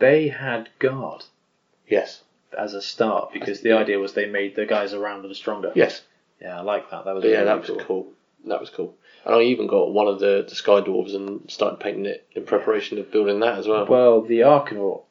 They had guard Yes, as a start because the idea was they made the guys around them stronger. yes. Yeah, I like that. That was But yeah, really that was cool. cool. That was cool. And I even got one of the, the sky dwarves and started painting it in preparation of building that as well. Well, the Arkanaut,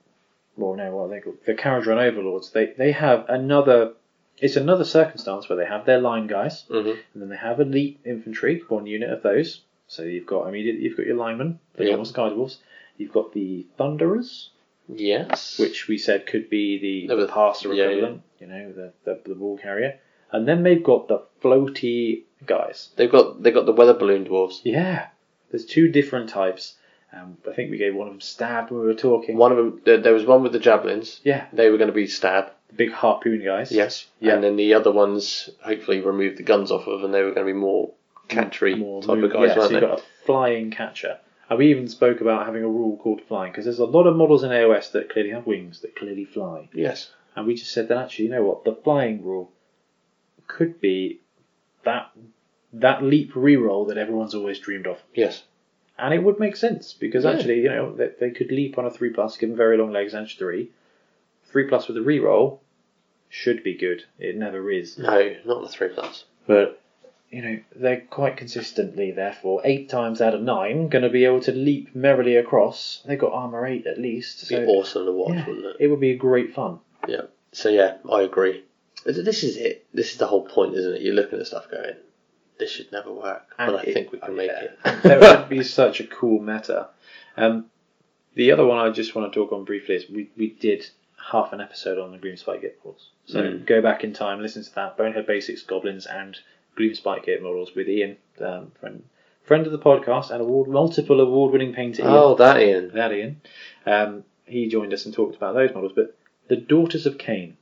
well, no, what are they called? The Caradron Overlords, they, they have another, it's another circumstance where they have their line guys, hmm and then they have elite infantry, one unit of those. So you've got immediately, you've got your linemen, the Yeah. normal Sky Dwarfs. You've got the Thunderers, Yes. which we said could be the, They were the the- passer yeah, yeah. equivalent, you know, the, the, the ball carrier. And then they've got the floaty guys. They've got they got the weather balloon dwarves. Yeah, there's two different types. Um, I think we gave one of them stabbed when we were talking. One of them, there, there was one with the javelins. Yeah, They were going to be stab, The big harpoon guys. Yes. Yeah. And then the other ones hopefully removed the guns off of, and they were going to be more catchery More type move- of guys, yeah, weren't so you've they? got a flying catcher. And we even spoke about having a rule called flying because there's a lot of models in AOS that clearly have wings that clearly fly. Yes. And we just said that actually, you know what, the flying rule could be that that leap reroll that everyone's always dreamed of. Yes. And it would make sense because Yeah. actually, you know, they, they could leap on a three plus, given very long legs and three. Three plus with a reroll should be good. It never is. No, not the three plus. But you know, they're quite consistently, therefore, eight times out of nine gonna be able to leap merrily across. They've got armor eight at least. It'd be So awesome to watch, yeah, wouldn't it? it would be great fun. Yeah. So yeah, I agree. This this is it. This is the whole point, isn't it? You're looking at stuff going, this should never work, And but I it- think we can make yeah. it. that would be such a cool meta. Um, the other one I just want to talk on briefly is we, we did half an episode on the Green Spike Gate models. So Mm. go back in time, listen to that Bonehead Basics, Goblins, and Green Spike Gate models with Ian, um, friend friend of the podcast and award multiple award winning painter. Ian. Oh, that Ian. that Ian. Um, he joined us and talked about those models, but the Daughters of Cain.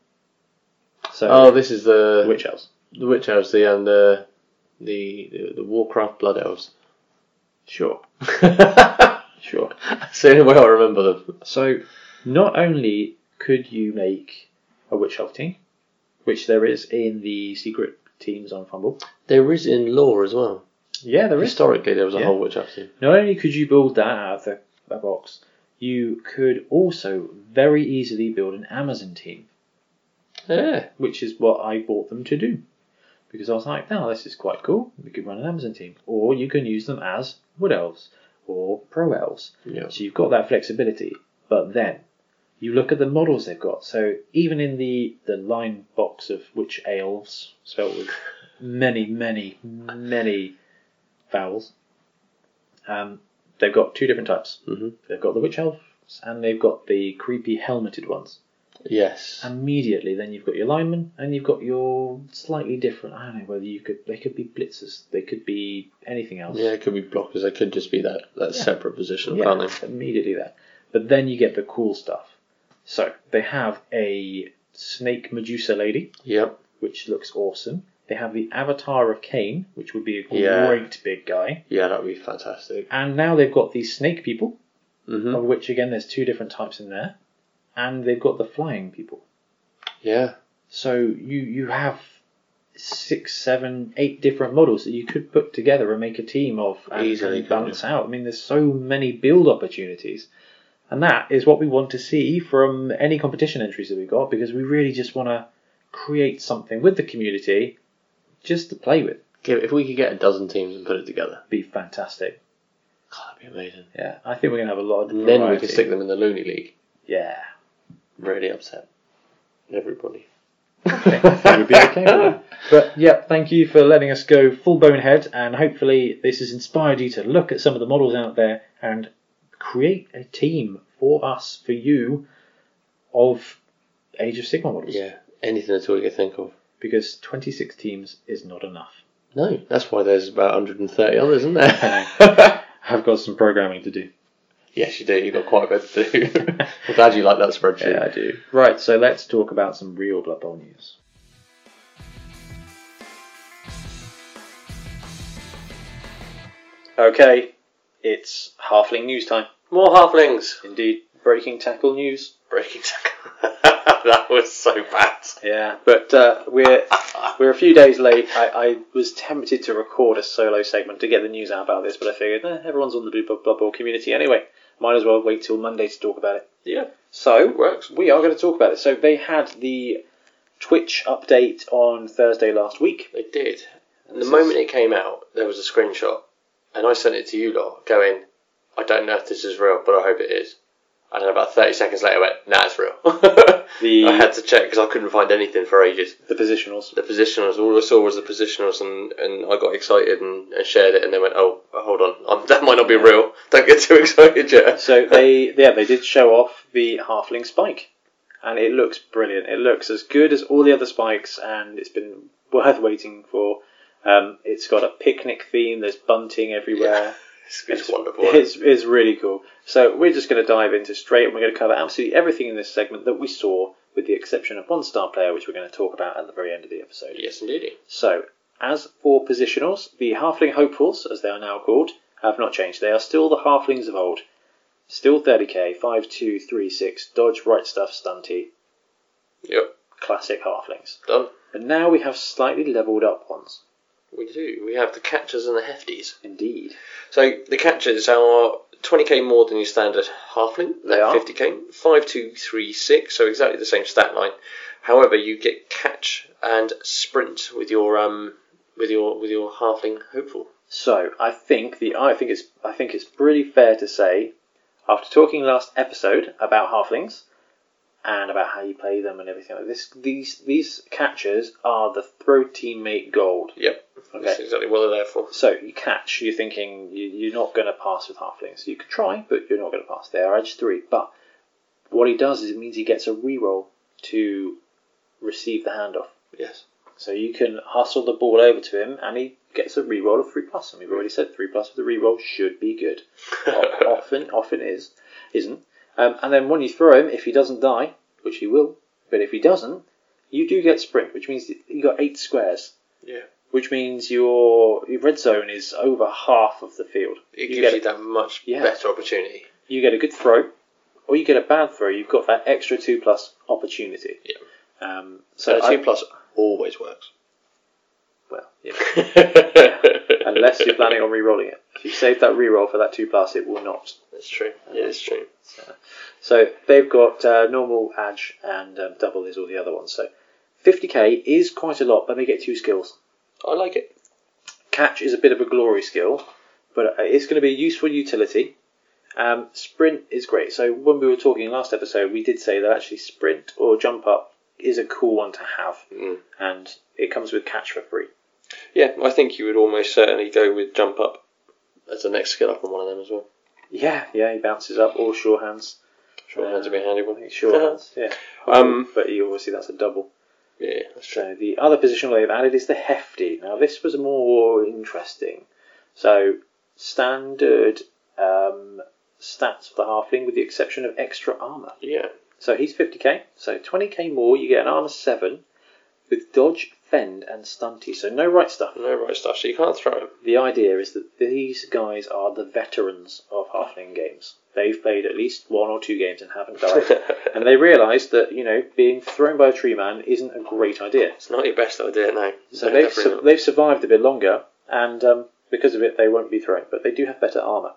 So Oh, this is the the witch elves. the witch elves, the and the the the Warcraft blood elves. Sure, That's sure. the only way I remember them. So, not only could you make a Witch Elf team, which there is in the secret teams on Fumble. There is in lore as well. Yeah, there is. Historically, there was a Yeah. whole witch elf team. Not only could you build that out of the, the box, you could also very easily build an Amazon team, Yeah. which is what I bought them to do. Because I was like, now this is quite cool. We could run an Amazon team. Or you can use them as Wood Elves or Pro Elves. Yeah. So you've got that flexibility, but then you look at the models they've got. So even in the, the line box of which elves, spelled with many, many, many vowels, um, they've got two different types. hmm They've got the witch elves and they've got the creepy helmeted ones. Yes. Immediately, then you've got your linemen and you've got your slightly different. I don't know whether you could. They could be blitzers. They could be anything else. yeah, it could be blockers. They could just be that, that separate position, Yeah, can't they? immediately there. But then you get the cool stuff. So they have a snake Medusa lady, Yep. which looks awesome. They have the Avatar of Cain, which would be a great Yeah. big guy. Yeah, that would be fantastic. And now they've got the snake people, hmm of which again there's two different types in there. And they've got the flying people. Yeah. So you you have six, seven, eight different models that you could put together and make a team of and, Easily, and couldn't balance out. I mean, there's so many build opportunities, and that is what we want to see from any competition entries that we've got because we really just want to create something with the community just to play with. Give- If we could get a dozen teams and put it together, Be fantastic. God, that'd be amazing. Yeah, I think we're gonna have a lot of. And then we variety. could stick them in the Looney League. Yeah, Really upset everybody. I think we'd be okay with that. But yeah, thank you for letting us go full bonehead, and hopefully this has inspired you to look at some of the models out there and create a team for us, for you, of Age of Sigma models. Yeah, anything at all you can think of. Because 26 teams is not enough. No, that's why there's about 130 others, isn't there? I've got some programming to do. yes, you do. You've got quite a bit to do. I'm glad you like that spreadsheet. I do. Right, so let's talk about some real Blood Bowl news. Okay, it's halfling news time. More halflings. Indeed, breaking tackle news. Breaking tackle. that was so bad. Yeah, but uh, we're we're a few days late. I, I was tempted to record a solo segment to get the news out about this, but I figured eh, everyone's on the Blue Blood Blood Bowl community anyway. Might as well wait till Monday to talk about it. Yeah, So it works. we are going to talk about it. So they had the Twitch update on Thursday last week. They did. And the This moment it came out, there was a screenshot, and I sent it to you lot, going, I don't know if this is real, but I hope it is. And then about 30 seconds later, I went, nah, it's real. The- I had to check because I couldn't find anything for ages. The positionals. The positionals, all I saw was the positionals, and, and I got excited and, and shared it, and then went, oh, hold on, um that might not be real. Don't get too excited yet. So they yeah they did show off the halfling spike, and it looks brilliant. It looks as good as all the other spikes, and it's been worth waiting for. Um, it's got a picnic theme. There's bunting everywhere. It's, it's wonderful. It's, it's really cool. So we're just going to dive into straight, and we're going to cover absolutely everything in this segment that we saw with the exception of one star player, which we're going to talk about at the very end of the episode. Yes, indeed. So, as for positionals, the Halfling Hopefuls, as they are now called, have not changed. They are still the Halflings of old. Still 30k, 5, 2, 3, 6, dodge, right stuff, stunty, Yep. classic Halflings. Done. But now we have slightly levelled up ones. We do. We have the catchers and the hefties. Indeed. So the catchers are 20k more than your standard halfling. They are. 50k. 5236, so exactly the same stat line. However, you get catch and sprint with your um with your with your halfling hopeful. So I think the I think it's I think it's pretty fair to say, after talking last episode about halflings, and about how you play them and everything like this, these these catchers are the throw teammate gold. Yep. That's exactly what they're there for. So you catch, you're thinking you, you're not going to pass with halflings. You could try, but you're not going to pass. They are edge three, but what he does is it means he gets a reroll to receive the handoff. Yes. So you can hustle the ball over to him, and he gets a reroll of three plus. And we've already said three plus with a reroll should be good. O- often, often is, isn't. Um, and then when you throw him, if he doesn't die, which he will, but if he doesn't, you do get sprint, which means that you got eight squares. Yeah. Which means your, your red zone is over half of the field. It gives You get you that much Yeah. better opportunity. you get a good throw, or you get a bad throw. You've got that extra two plus opportunity. Yeah. Um, so So I- two plus always works. well, yeah. unless you're planning on re-rolling it. If you save that re-roll for that two plus, it will not. That's true. Yeah, it's true. So they've got uh, normal, edge, and um, double is all the other ones. So 50k is quite a lot, but they get two skills. I like it. Catch is a bit of a glory skill, but uh, it's going to be a useful utility. Um, sprint is great. So when we were talking last episode, we did say that actually sprint or jump up is a cool one to have, Mm. and it comes with catch for free. Yeah, I think you would almost certainly go with jump up as the next skill up on one of them as well. Yeah, yeah, he bounces up or sure hands. Sure, hands would be a handy one. Sure hands, yeah. Um, but you obviously that's a double. Yeah, that's true. So the other position they've added is the hefty. Now this was more interesting. So standard um, stats for the halfling, with the exception of extra armor. Yeah, So he's 50k. So 20k more, you get an armor seven with dodge, fend, and stunty. So no right stuff. no right stuff. So you can't throw him. The idea is that these guys are the veterans of halfling games. They've played at least one or two games and haven't died. it's and they realise that you know being thrown by a tree man isn't a great idea. not your best idea, no. So No, they've definitely su- not. they've survived a bit longer, and um, because of it, they won't be thrown. But they do have better armor.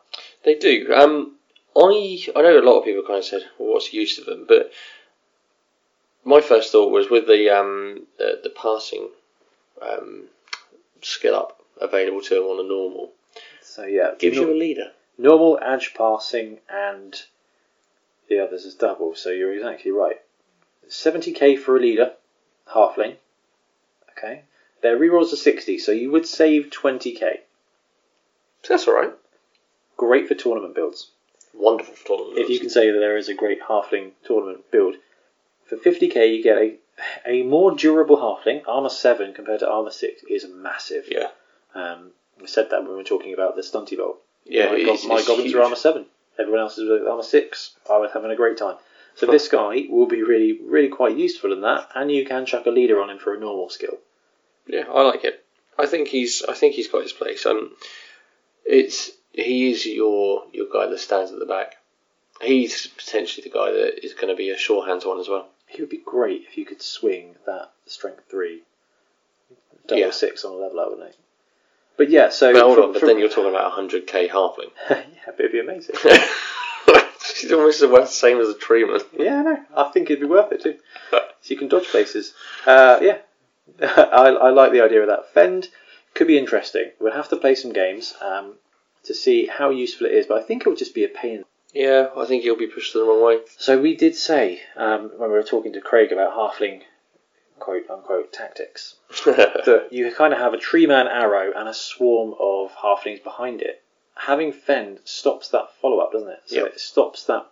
they do. Um, I I know a lot of people kind of said, well, "What's the use of them?" But my first thought was with the um the, the passing um skill up available to him on a normal So yeah, gives nor- you a leader. normal edge passing and the others is double. So you're exactly right. 70k for a leader, halfling. Okay, their rerolls are 60, so you would save 20k. So that's all right. Great for tournament builds. Wonderful for tournament. if you can say that there is a great halfling tournament build. For 50k, you get a a more durable halfling. Armor 7 compared to armor 6 is massive. Yeah. Um, we said that when we were talking about the stunty bolt. yeah, my, it's- my it's goblins huge. are armor 7. Everyone else is armor 6. I was having a great time. So this guy will be really, really quite useful in that, and you can chuck a leader on him for a normal skill. Yeah, I like it. I think he's I think he's got his place. Um, it's he is your your guy that stands at the back. He's potentially the guy that is going to be a shorthands one as well. He would be great if you could swing that strength 3 double Yeah. 6 on a level up, wouldn't it? But yeah, so. But hold from- on, but from- then you're talking about a hundred k halfling. yeah, but it'd be amazing. He's almost the same as a treeman. yeah, I know. I think it'd be worth it too. so you can dodge places. Uh, yeah, I, I like the idea of that. Fend could be interesting. We'll have to play some games um, to see how useful it is, but I think it would just be a pain. Yeah, I think he'll be pushed the wrong way. So we did say um, when we were talking to Craig about halfling quote unquote tactics that you kind of have a tree man arrow and a swarm of halflings behind it. Having Fend stops that follow up, doesn't it? So Yep. it stops that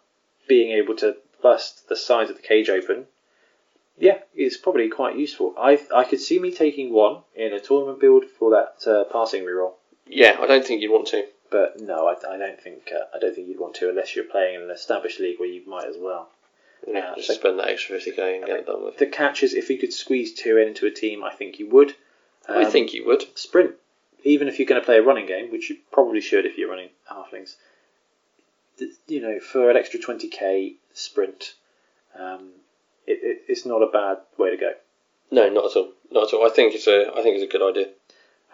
being able to bust the sides of the cage open. Yeah, it's probably quite useful. I I could see me taking one in a tournament build for that uh, passing reroll, yeah, I don't think you'd want to. but no, I, I don't think uh, I don't think you'd want to unless you're playing in an established league where you might as well. You know, Uh, just so- spend that extra 50k and get it done with. The catch is if you could squeeze two in into a team, I think you would. I Um, think you would. sprint, even if you're going to play a running game, which you probably should if you're running halflings. th- You know, for an extra 20k sprint, um, it, it, it's not a bad way to go. No, not at all. Not at all. I think it's a. I think it's a good idea.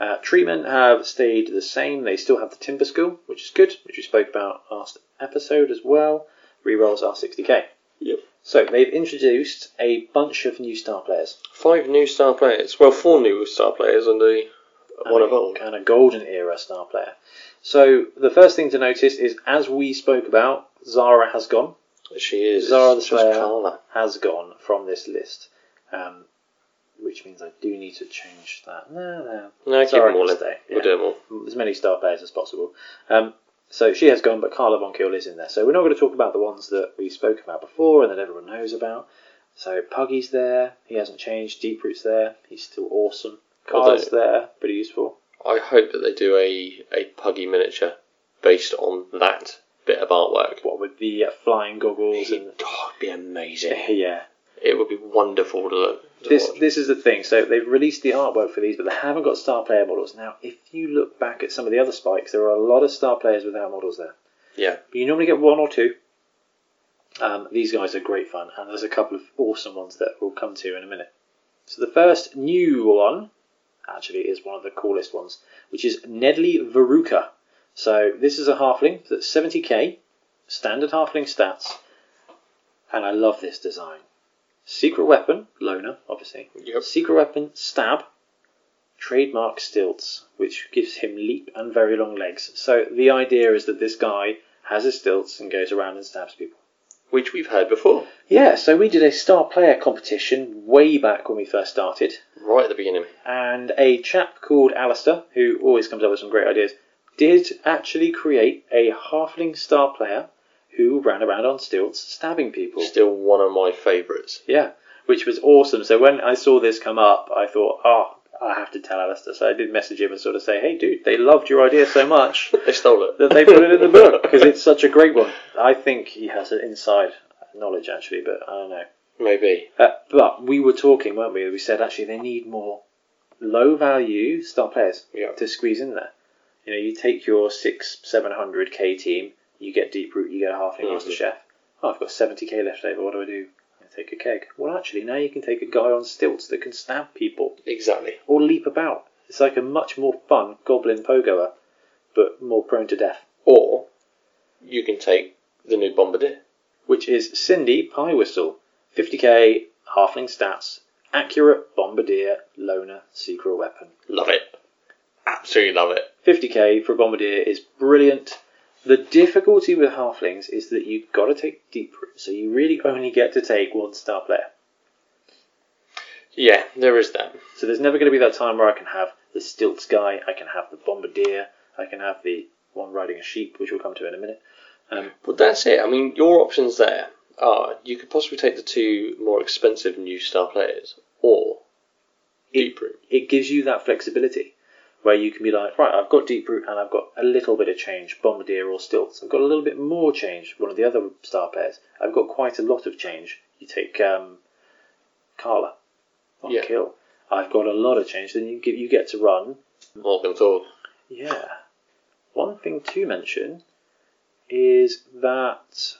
Uh, treatment have stayed the same. They still have the timber school, which is good, which we spoke about last episode as well. Rerolls are 60k. Yep. So they've introduced a bunch of new star players. Five new star players. Well, four new star players and a one and of a- old. and a golden era star player. So the first thing to notice is, as we spoke about, Zara has gone. She is Zara the just Slayer. Carla. Has gone from this list, um, which means I do need to change that. No, no, No, keep Zara them all can in. stay, We'll yeah. do them all. as many star players as possible. Um, so she has gone, but Carla Von Kiel is in there. So we're not going to talk about the ones that we spoke about before and that everyone knows about. So Puggy's there. He hasn't changed. Deep Root's there. He's still awesome. Carla's there. Pretty useful. I hope that they do a, a puggy miniature based on that bit of artwork. What with the uh, flying goggles It and would be amazing. yeah. It would be wonderful to look. To This watch. this is the thing. So they've released the artwork for these, but they haven't got star player models. Now, if you look back at some of the other spikes, there are a lot of star players without models there. Yeah. But you normally get one or two. Um, these guys are great fun, and there's a couple of awesome ones that we'll come to in a minute. So the first new one actually is one of the coolest ones, which is Nedley Veruca. So this is a halfling that's 70k, standard halfling stats, and I love this design. Secret weapon, loner, obviously. Yep. Secret weapon, stab. Trademark stilts, which gives him leap and very long legs. So the idea is that this guy has his stilts and goes around and stabs people. Which we've heard before, Yeah, so we did a star player competition way back when we first started, right at the beginning. and a chap called Alistair, who always comes up with some great ideas, did actually create a halfling star player who ran around on stilts stabbing people. Still one of my favourites. Yeah, which was awesome. So when I saw this come up, I thought, oh, I have to tell Alistair. So I did message him and sort of say, hey, dude, they loved your idea so much They stole it. that they put it in the book because it's such a great one. I think he has an inside knowledge, actually, but I don't know. Maybe. Uh, but we were talking, weren't we? We said, actually, they need more low value star players Yeah. to squeeze in there. You know, you take your six, 700k team, you get Deep Root, you get a Halfling Master Mhm. Chef. Oh, I've got 70k left over, what do I do? I take a keg. Well, actually, now you can take a guy on stilts that can stab people Exactly. or leap about. It's like a much more fun goblin pogoer, but more prone to death. Or you can take the new Bombardier. Which is Cindy Pie Whistle, 50k, Halfling stats, accurate bombardier, loner, secret weapon. Love it. Absolutely love it. 50k for a bombardier is brilliant. The difficulty with halflings is that you've got to take deep root, so you really only get to take one star player. Yeah, there is that. So there's never going to be that time where I can have the stilts guy, I can have the bombardier, I can have the one riding a sheep, which we'll come to in a minute. But that's it. I mean, your options there are you could possibly take the two more expensive new star players or Deep Root. It gives you that flexibility where you can be like, right, I've got deep root and I've got a little bit of change, bombardier or stilts. I've got a little bit more change, one of the other star pairs. I've got quite a lot of change. You take um, Carla on Yeah. kill. I've got a lot of change. Then you get, you get to run. Morgan Thorpe. Yeah. One thing to mention is that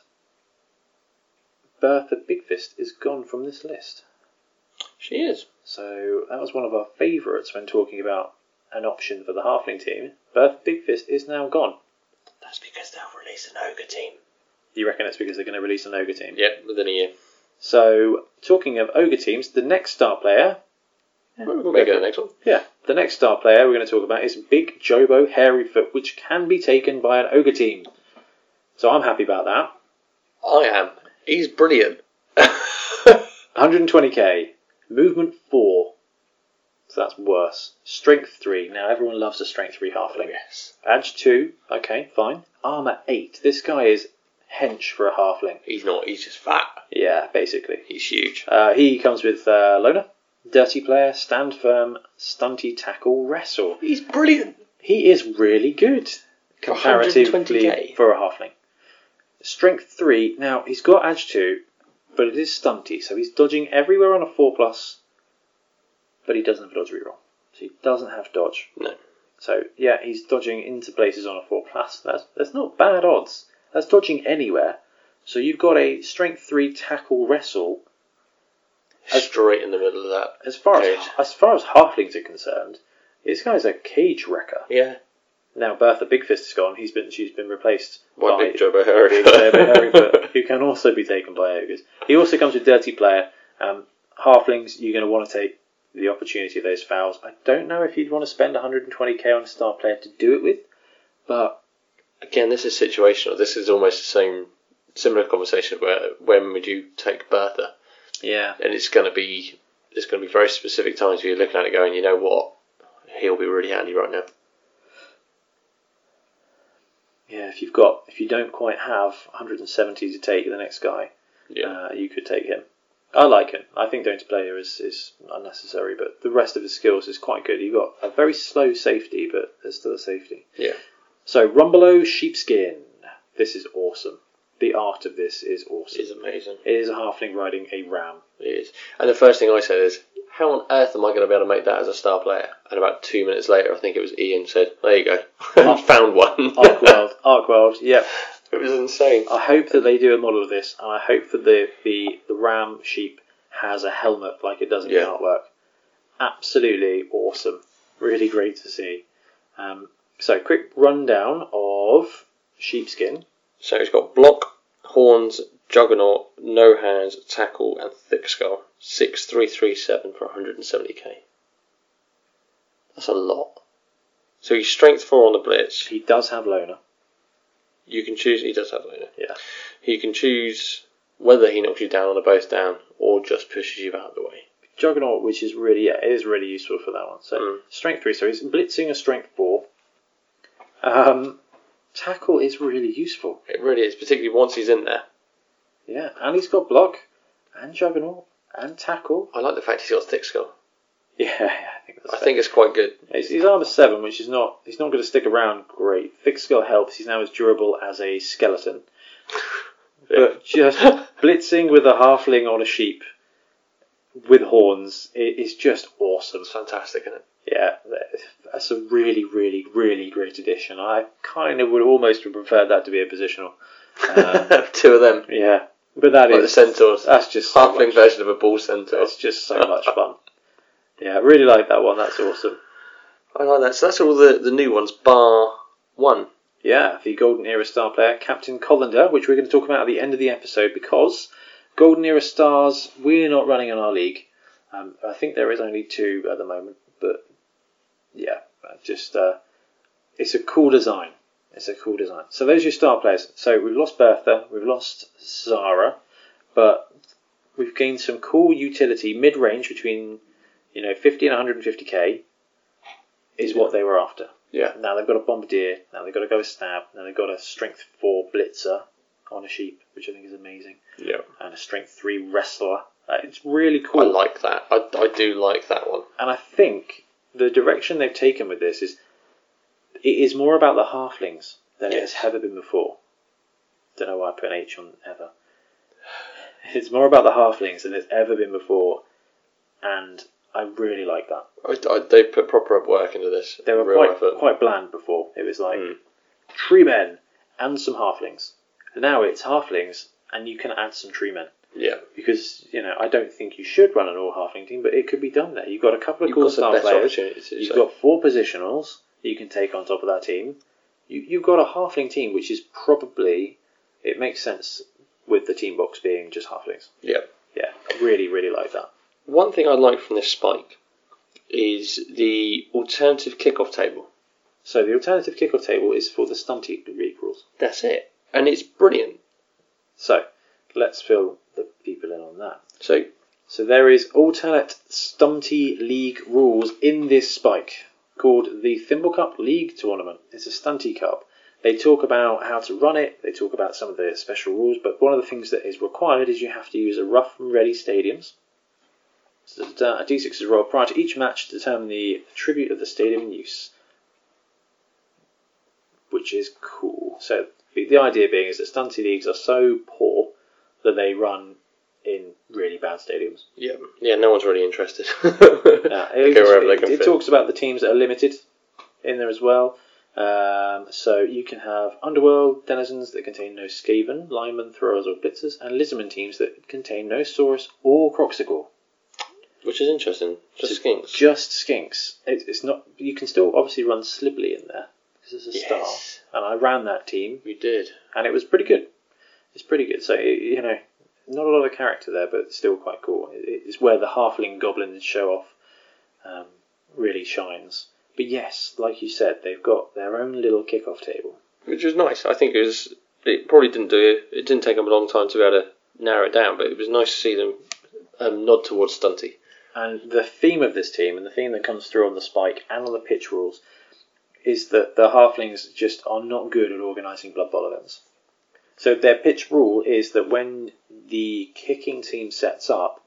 Bertha Bigfist is gone from this list. She is. So that was one of our favourites when talking about an option for the halfling team. Birth Big Fist is now gone. That's because they'll release an ogre team. You reckon it's because they're going to release an ogre team? Yep, within a year. So talking of ogre teams, the next star player, We'll make it the next one. yeah, the next star player we're going to talk about is Big Jobo Hairyfoot, which can be taken by an ogre team. So I'm happy about that. I am. He's brilliant. 120k, movement four. So that's worse. Strength three. Now everyone loves a strength three halfling. yes. Edge 2, okay, fine. Armor 8. This guy is hench for a halfling. He's not. He's just fat. Yeah, basically. He's huge. Uh, he comes with uh, Loner, Dirty Player, Stand Firm, Stunty Tackle, Wrestle. He's brilliant. He is really good For comparatively 120K? for a halfling. Strength 3. Now, he's got Edge 2, but it is stunty, so he's dodging everywhere on a four plus, but he doesn't have a dodge reroll, so he doesn't have dodge. No. So yeah, he's dodging into places on a four plus. That's that's not bad odds. That's dodging anywhere. So you've got a strength three tackle wrestle. As- Straight in the middle of that. As far as Cage. as far as halflings are concerned, this guy's a cage wrecker. Yeah. Now Bertha Big Fist is gone. He's been she's been replaced By by Big Jobo Harry. Big Turbo Herringfoot, who can also be taken by ogres. He also comes with Dirty Player. Um, halflings, you're going to want to take the opportunity of those fouls. I don't know if you'd want to spend 120k on a star player to do it with, but Again, this is situational. This is almost the same, similar conversation where when would you take Bertha? yeah, And it's going to be, there's going to be very specific times where you're looking at it going, you know what? He'll be really handy right now. yeah. If you've got, if you don't quite have 170 to take the next guy, Yeah. uh, you could take him. I like him. I think Dirty Player is is unnecessary, but the rest of his skills is quite good. You've got a very slow safety, but there's still a safety. yeah. So Rumbelow Sheepskin. This is awesome. The art of this is awesome. It's amazing. It is a halfling riding a ram. It is. And the first thing I said is, how on earth am I going to be able to make that as a star player? And about two minutes later, I think it was Ian said, there you go. I found one. Arkworld, Arkworld, yeah. it was insane. I hope that they do a model of this, and I hope that the, the, the ram sheep has a helmet like it does in Yeah. the artwork. Absolutely awesome. Really great to see. Um, so, quick rundown of Sheepskin. So it's got block, horns, juggernaut, no hands, tackle, and thick skull. Six three three seven for 170k. That's a lot. So he's strength four on the blitz. He does have loner. You can choose. He does have loner. Yeah. He can choose whether he knocks you down on a both down or just pushes you out of the way. Juggernaut, which is really yeah, it is really useful for that one. So Mm. strength three, so he's blitzing a strength four. Um, tackle is really useful. It really is, particularly once he's in there. Yeah, and he's got block, and juggernaut, and tackle. I like the fact he's got thick skull. Yeah, yeah I think that's I think it's quite good. it. He's, he's armor seven, which is not he's not going to stick around. Great, thick skull helps. He's now as durable as a skeleton. But just blitzing with a halfling on a sheep with horns i- is just awesome. It's fantastic, isn't it? Yeah, that's a really, really, really great addition. I kind of would almost have preferred that to be a positional. Uh, Two of them. yeah, but that is Like the centaurs. that's just so Halfling much, version of a bull centaur. that's just so much fun. Yeah, I really like that one. That's awesome. I like that. So that's all the, the new ones, bar one. Yeah, the Golden Era Star player, Captain Collander, which we're going to talk about at the end of the episode because Golden Era Stars, we're not running in our league. Um, I think there is only two at the moment, but yeah, uh, just uh, it's a cool design. It's a cool design. So those are your star players. So we've lost Bertha, we've lost Zara, but we've gained some cool utility mid-range between you know 50 and 150k is what they were after. Yeah. Now they've got a bombardier. Now they've got to go with stab. Now they've got a strength four blitzer on a sheep, which I think is amazing, Yeah. and a strength three wrestler. Uh, it's really I cool, like that. I, I do like that one. and I think the direction they've taken with this is it is more about the halflings than it Yes. has ever been before. Don't know why I put an H on ever. It's more about the halflings than it's ever been before, and I really like that. I, I, they put proper work into this. They were Real quite effort. quite bland before. It was like Mm. tree men and some halflings. Now it's halflings and you can add some tree men Yeah. because you know I don't think you should run an all halfling team, but it could be done there. You've got a couple of You've cool got some star best players. opportunities. to do You've so. got four positionals you can take on top of that team. You, you've got a halfling team, which is probably it makes sense with the team box being just halflings. Yeah. Yeah, really, really like that. One thing I like from this spike is the alternative kickoff table. So the alternative kickoff table is for the stunty league rules. That's it. And it's brilliant. So let's fill the people in on that. So So there is alternate stunty league rules in this spike called the Thimble Cup League Tournament. It's a stunty cup. They talk about how to run it, they talk about some of the special rules, but one of the things that is required is you have to use a rough and ready stadiums. So the- a d6 is rolled prior to each match to determine the attribute of the stadium in use, which is cool. So the the idea being is that stunty leagues are so poor that they run in really bad stadiums. Yeah, yeah. No one's really interested. Uh, They it, go wherever they it- can it fit. talks about the teams that are limited in there as well. Um, so you can have underworld denizens that contain no skaven, linemen, throwers, or blitzers, and lizardmen teams that contain no saurus or croxical. Which is interesting. Just skinks. Just skinks. It, it's not. You can still obviously run Slibley in there because it's a Yes. star. And I ran that team You did. and it was pretty good. It's pretty good. So it, you know, not a lot of character there, but still quite cool. It, it's where the halfling goblin show off um, really shines. But yes, like you said, they've got their own little kickoff table. which was nice. I think it was. It probably didn't do. It didn't take them a long time to be able to narrow it down, but it was nice to see them um, nod towards Stunty. And the theme of this team, and the theme that comes through on the spike and on the pitch rules, is that the halflings just are not good at organising Blood Bowl events. So their pitch rule is that when the kicking team sets up,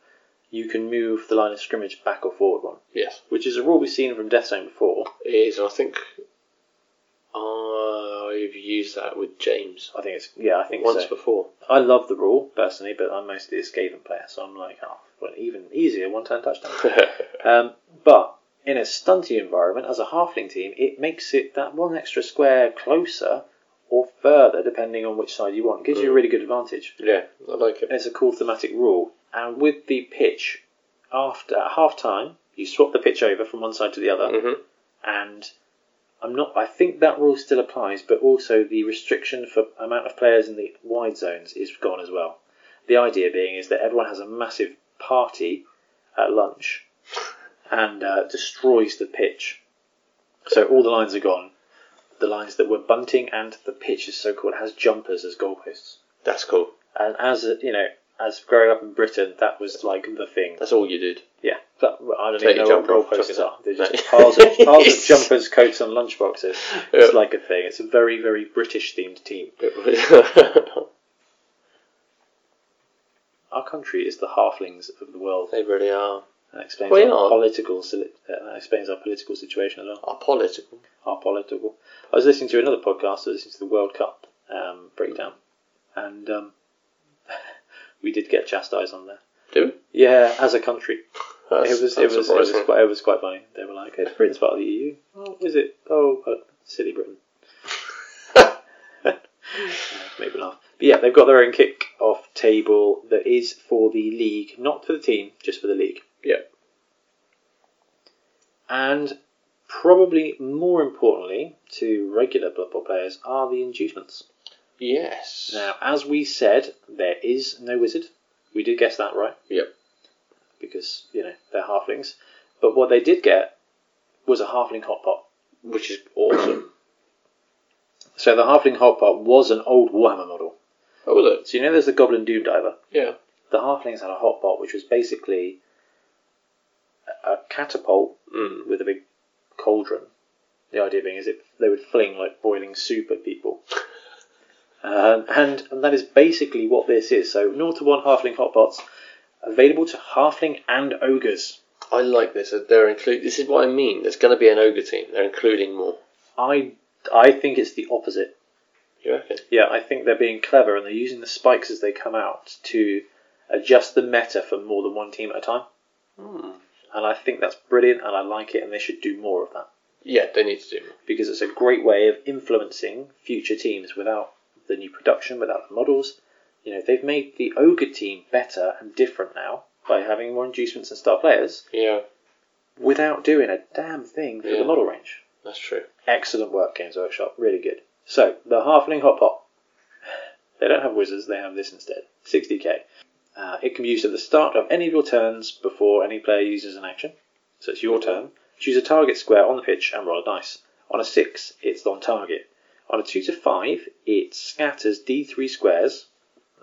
you can move the line of scrimmage back or forward one. Yes, which is a rule we've seen from Death Zone before. it is. and I think I've used that with James I think it's yeah, I think once so. before. I love the rule personally, but I'm mostly a Skaven player, so I'm like, oh, well, even easier one-turn touchdown. um, but in a stunty environment, as a halfling team, it makes it that one extra square closer or further, depending on which side you want. It gives you a really good advantage. yeah, I like it. It's a cool thematic rule, and with the pitch, after at half time, you swap the pitch over from one side to the other. Mhm. and I'm not. I think that rule still applies, but also the restriction for amount of players in the wide zones is gone as well. The idea being is that everyone has a massive party at lunch and uh, destroys the pitch. So all the lines are gone. The lines that were bunting and the pitch is so called has jumpers as goalposts. That's cool. And as uh, you know, as growing up in Britain, that was like the thing. That's all you did. Yeah, but well, I don't Take even your know what jumper off, goalposts chuck are. They're it. just piles of, piles of jumpers, coats, and lunchboxes. Yeah. It's like a thing. It's a very, very British themed team. Our country is the halflings of the world. they really are. That explains We our are. political. sili- uh, That explains our political situation as well. Are political. Our political. I was listening to another podcast. I was listening to the World Cup um, breakdown, and um, we did get chastised on there. Do we? Yeah, as a country. That's- Oh, it was it that's was, it was surprising. quite it was quite funny. They were like, "It's Britain's part of the EU." Oh, is it? Oh, uh, silly Britain. Uh, Made me laugh. But yeah, they've got their own kick-off table that is for the league, not for the team, just for the league. Yeah. And probably more importantly to regular Blood Bowl players are the inducements. Yes. Now, as we said, there is no wizard. We did guess that right. Yep. Because you know they're halflings. But what they did get was a halfling hot pot. Which is awesome. So the halfling hot pot was an old Warhammer model. oh, was So you know there's the goblin doom diver. it? Yeah. The halflings had a hot pot, which was basically a- a catapult Mm. with a big cauldron. The idea being is it they would fling like boiling soup at people. Um, and, and that is basically what this is. So 0 to 1 halfling hotpots available to halfling and ogres. I like this. that They're include. This is what I mean. There's going to be an ogre team. They're including more. I I think it's the opposite. You reckon? Yeah, I think they're being clever and they're using the spikes as they come out to adjust the meta for more than one team at a time. Hmm. And I think that's brilliant and I like it and they should do more of that Yeah, they need to do more. because it's a great way of influencing future teams without the new production, without the models. You know, they've made the ogre team better and different now by having more inducements and star players Yeah, without doing a damn thing for Yeah. the model range. that's true. Excellent work, Games Workshop. Really good. So, the Halfling Hot Pot. They don't have wizards, they have this instead 60k. Uh, it can be used at the start of any of your turns before any player uses an action. So, it's your turn. Choose a target square on the pitch and roll a dice. On a 6, it's on target. On a 2 to 5, it scatters d3 squares,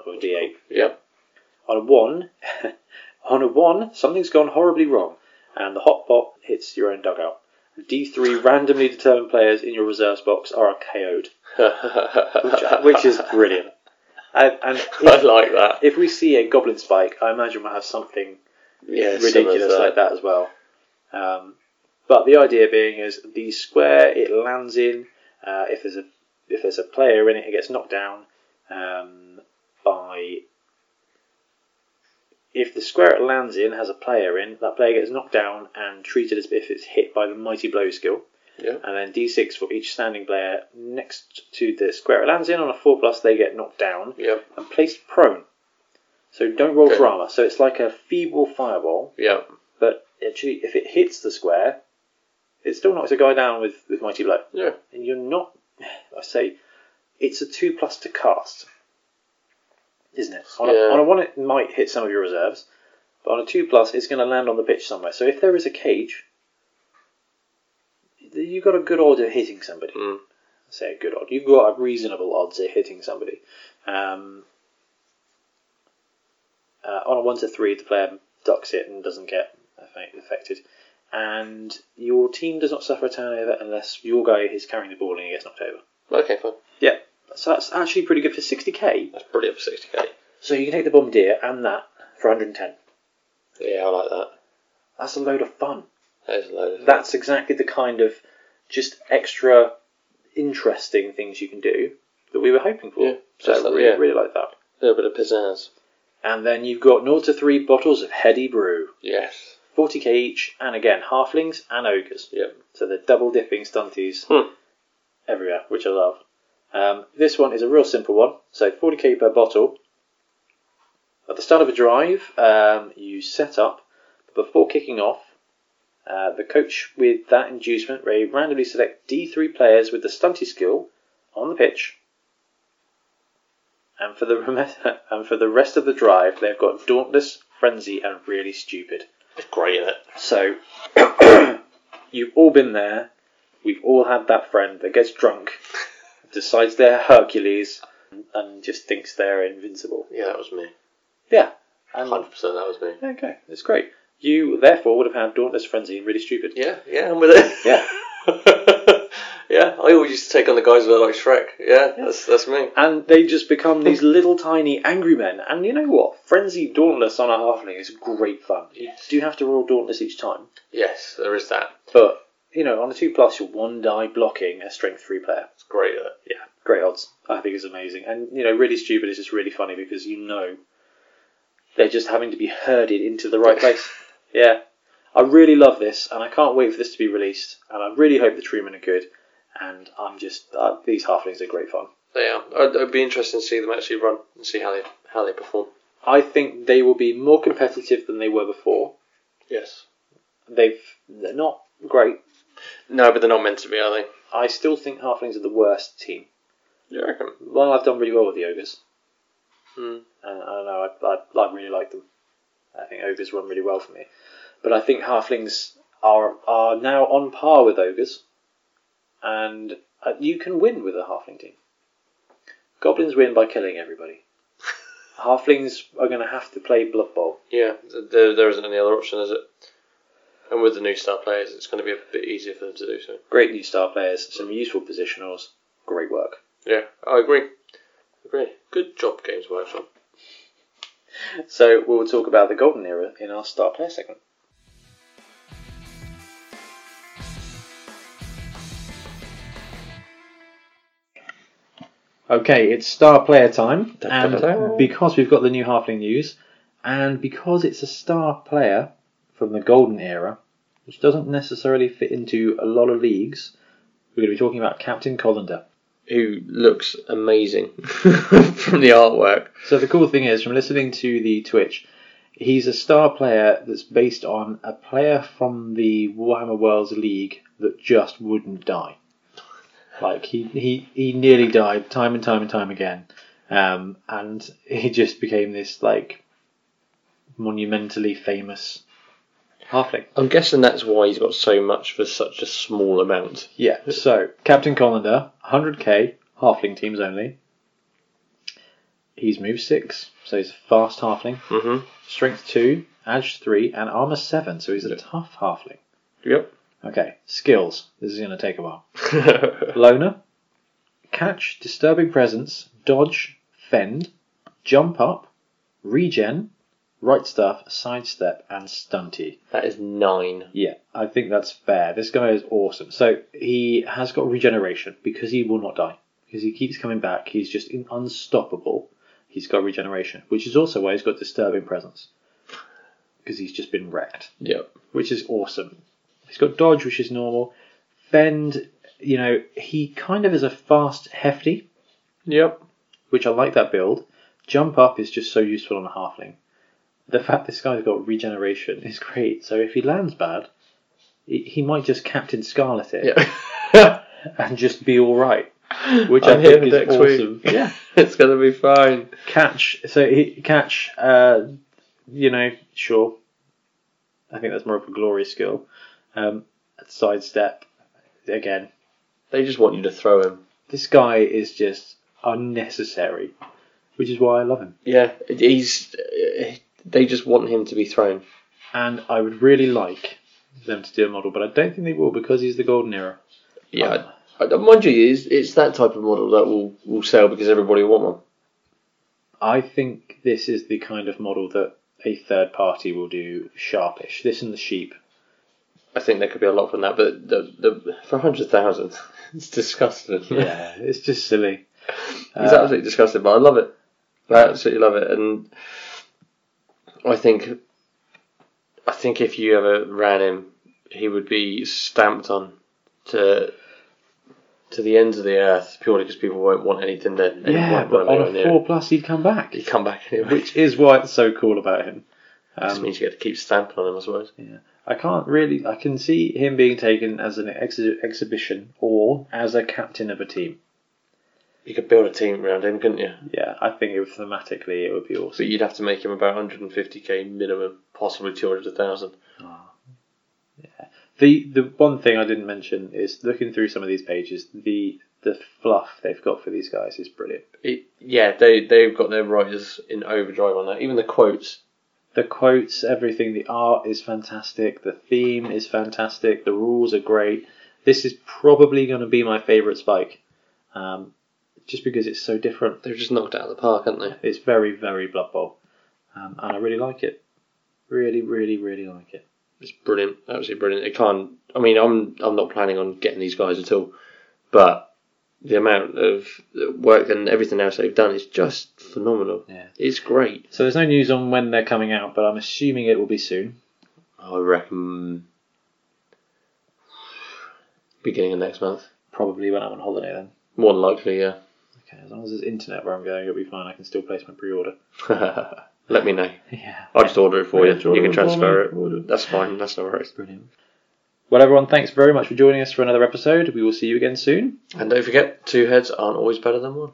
or d8. Yeah. On a 1, on a 1, something's gone horribly wrong, and the hot pot hits your own dugout. D3 randomly determined players in your reserves box are KO'd, which, uh, which is brilliant. And, and I if, like that. if we see a goblin spike, I imagine we'll have something Yeah, ridiculous like that as well. Um, but the idea being is the square it lands in. Uh, if there's a if there's a player in it, it gets knocked down um, by if the square it lands in has a player in, that player gets knocked down and treated as if it's hit by the mighty blow skill. Yeah. And then d6 for each standing player next to the square it lands in on a 4 plus, they get knocked down Yep. and placed prone. So don't roll Okay. for armor. So it's like a feeble fireball, Yep. but actually, if it hits the square, it still knocks a guy down with, with mighty blow. Yeah. And you're not, I say, it's a 2 plus to cast, isn't it? On, Yeah. a, on a 1, it might hit some of your reserves, but on a 2 plus, it's going to land on the pitch somewhere. So if there is a cage, you've got a good odds of hitting somebody. Mm. I say a good odd. You've got a reasonable odds of hitting somebody. Um, uh, on a 1 to 3, the player ducks it and doesn't get affect- affected. And your team does not suffer a turnover unless your guy is carrying the ball and he gets knocked over. Okay, fine. So that's actually pretty good for 60k. That's brilliant for 60k. So you can take the bombardier and that for 110. Yeah, I like that. That's a load of fun. That is a load of That's exactly the kind of just extra interesting things you can do that we were hoping for. Yeah, so I just like- really, yeah. really like that. a little bit of pizzazz. And then you've got 0 to 3 bottles of heady brew. Yes. 40k each, and again, halflings and ogres. Yep. So they're double dipping stunties Hmm. everywhere, which I love. Um, this one is a real simple one. So 40k per bottle. At the start of a drive, um, you set up. Before kicking off, uh, the coach with that inducement may randomly select D3 players with the stunty skill on the pitch. And for the rem- and for the rest of the drive, they've got dauntless, frenzy, and really stupid. It's great, isn't it? So, you've all been there. We've all had that friend that gets drunk, decides they're Hercules, and just thinks they're invincible. Yeah, that was me. And 100% that was me. okay, it's great. You therefore would have had Dauntless Frenzy and really stupid. Yeah, yeah, I'm with it. Yeah. yeah, I always used to take on the guys that are like Shrek. Yeah, that's that's me. And they just become these little tiny angry men. And you know what? Frenzy Dauntless on a halfling is great fun. You do have to roll Dauntless each time. Yes, there is that. But, you know, on a 2 plus, you're one die blocking a strength 3 player. It's great. uh, That. yeah, great odds. I think it's amazing. And, you know, really stupid is just really funny because you know they're just having to be herded into the right place. yeah. I really love this and I can't wait for this to be released. And I really hope the Truman are good. And I'm just, uh, these halflings are great fun. They are. I'd, I'd be interested to see them actually run and see how they how they perform. I think they will be more competitive than they were before. Yes. They've, they're not great. No, but they're not meant to be, are they? I still think halflings are the worst team. You reckon? Well, I've done really well with the ogres. Hmm. and I don't know, I, I, I really like them. I think ogres run really well for me, but I think halflings are are now on par with ogres, and uh, you can win with a halfling team. Goblins win by killing everybody. halflings are going to have to play Blood Bowl. Yeah, th- there, there isn't any other option, is it? And with the new star players, it's going to be a bit easier for them to do so. Great new star players, some useful positionals, great work. Yeah, I agree. Agree. Good job, Games Workshop. So we'll talk about the golden era in our star player segment. Okay, it's star player time, and because we've got the new halfling news, and because it's a star player from the golden era, which doesn't necessarily fit into a lot of leagues, we're going to be talking about Captain Colander. Who looks amazing from the artwork? So the cool thing is, from listening to the Twitch, he's a star player that's based on a player from the Warhammer Worlds League that just wouldn't die. Like he he, he nearly died time and time and time again, um, and he just became this like monumentally famous halfling. I'm guessing that's why he's got so much for such a small amount. Yeah, so Captain Colander, 100k, halfling teams only. He's move 6, so he's a fast halfling. Mm-hmm. Strength 2, Edge 3, and Armor 7, so he's a Yeah. tough halfling. Yep. Okay, skills. This is going to take a while. Loner, Catch, Disturbing Presence, Dodge, Fend, Jump Up, Regen, Right Stuff, Sidestep, and Stunty. that is nine. Yeah, I think that's fair. This guy is awesome. So he has got regeneration because he will not die. Because he keeps coming back. He's just in- unstoppable. He's got regeneration, which is also why he's got disturbing presence. because he's just been wrecked, Yep. which is awesome. He's got dodge, which is normal. Bend, you know, he kind of is a fast hefty, Yep. which I like that build. Jump up is just so useful on a halfling. The fact this guy's got regeneration is great. So if he lands bad, he he might just Captain Scarlet it Yep. and just be all right, which I'm I here think is next awesome. week. Yeah, it's gonna be fine. catch. So he catch. Uh, you know, sure. I think that's more of a glory skill. Um, sidestep again. They just want you to throw him. This guy is just unnecessary, which is why I love him. Yeah. He's. uh, They just want him to be thrown. And I would really like them to do a model, but I don't think they will because he's the golden era. Yeah. Uh, I, I, mind you, it's, it's that type of model that will will sell because everybody will want one. I think this is the kind of model that a third party will do sharpish. This and the sheep. I think there could be a lot from that, but the, the for hundred thousand, it's disgusting. Yeah, it's just silly. It's Uh, absolutely disgusting, but I love it. I absolutely love it, and I think, I think if you ever ran him, he would be stamped on to to the ends of the earth purely because people won't want anything there. They yeah, won't but want on anyone a near four it. plus, he'd come back. he'd come back anyway. which is why it's so cool about him. just Um, means you get to keep stamping on him, I suppose. I can't really. I can see him being taken as an ex- exhibition or as a captain of a team. You could build a team around him, couldn't you? Yeah, I think it, thematically it would be So awesome. you'd have to make him about 150k minimum, possibly 200,000. The the one thing I didn't mention is looking through some of these pages, the the fluff they've got for these guys is brilliant. It, yeah, they they've got their writers in overdrive on that. Even the quotes. The quotes, everything, the art is fantastic. The theme is fantastic. The rules are great. This is probably going to be my favourite spike, um, just because it's so different. They've just knocked it out of the park, haven't they? It's very, very Blood Bowl. Um, and I really like it. Really, really, really like it. It's brilliant, absolutely brilliant. It can't. I mean, I'm I'm not planning on getting these guys at all, but the amount of work and everything else they've done is just phenomenal. Yeah. It's great. So there's no news on when they're coming out, but I'm assuming it will be soon. I reckon beginning of next month, Probably when I'm on holiday then. more than likely. Yeah. Okay, as long as there's internet where I'm going, it'll be fine. I can still place my pre-order. Let me know. Yeah. I'll just order it for Yeah, you. just order You can it for transfer me. Order it. That's fine. That's no worries. Brilliant. Well, everyone, thanks very much for joining us for another episode. We will see you again soon. And don't forget, two heads aren't always better than one.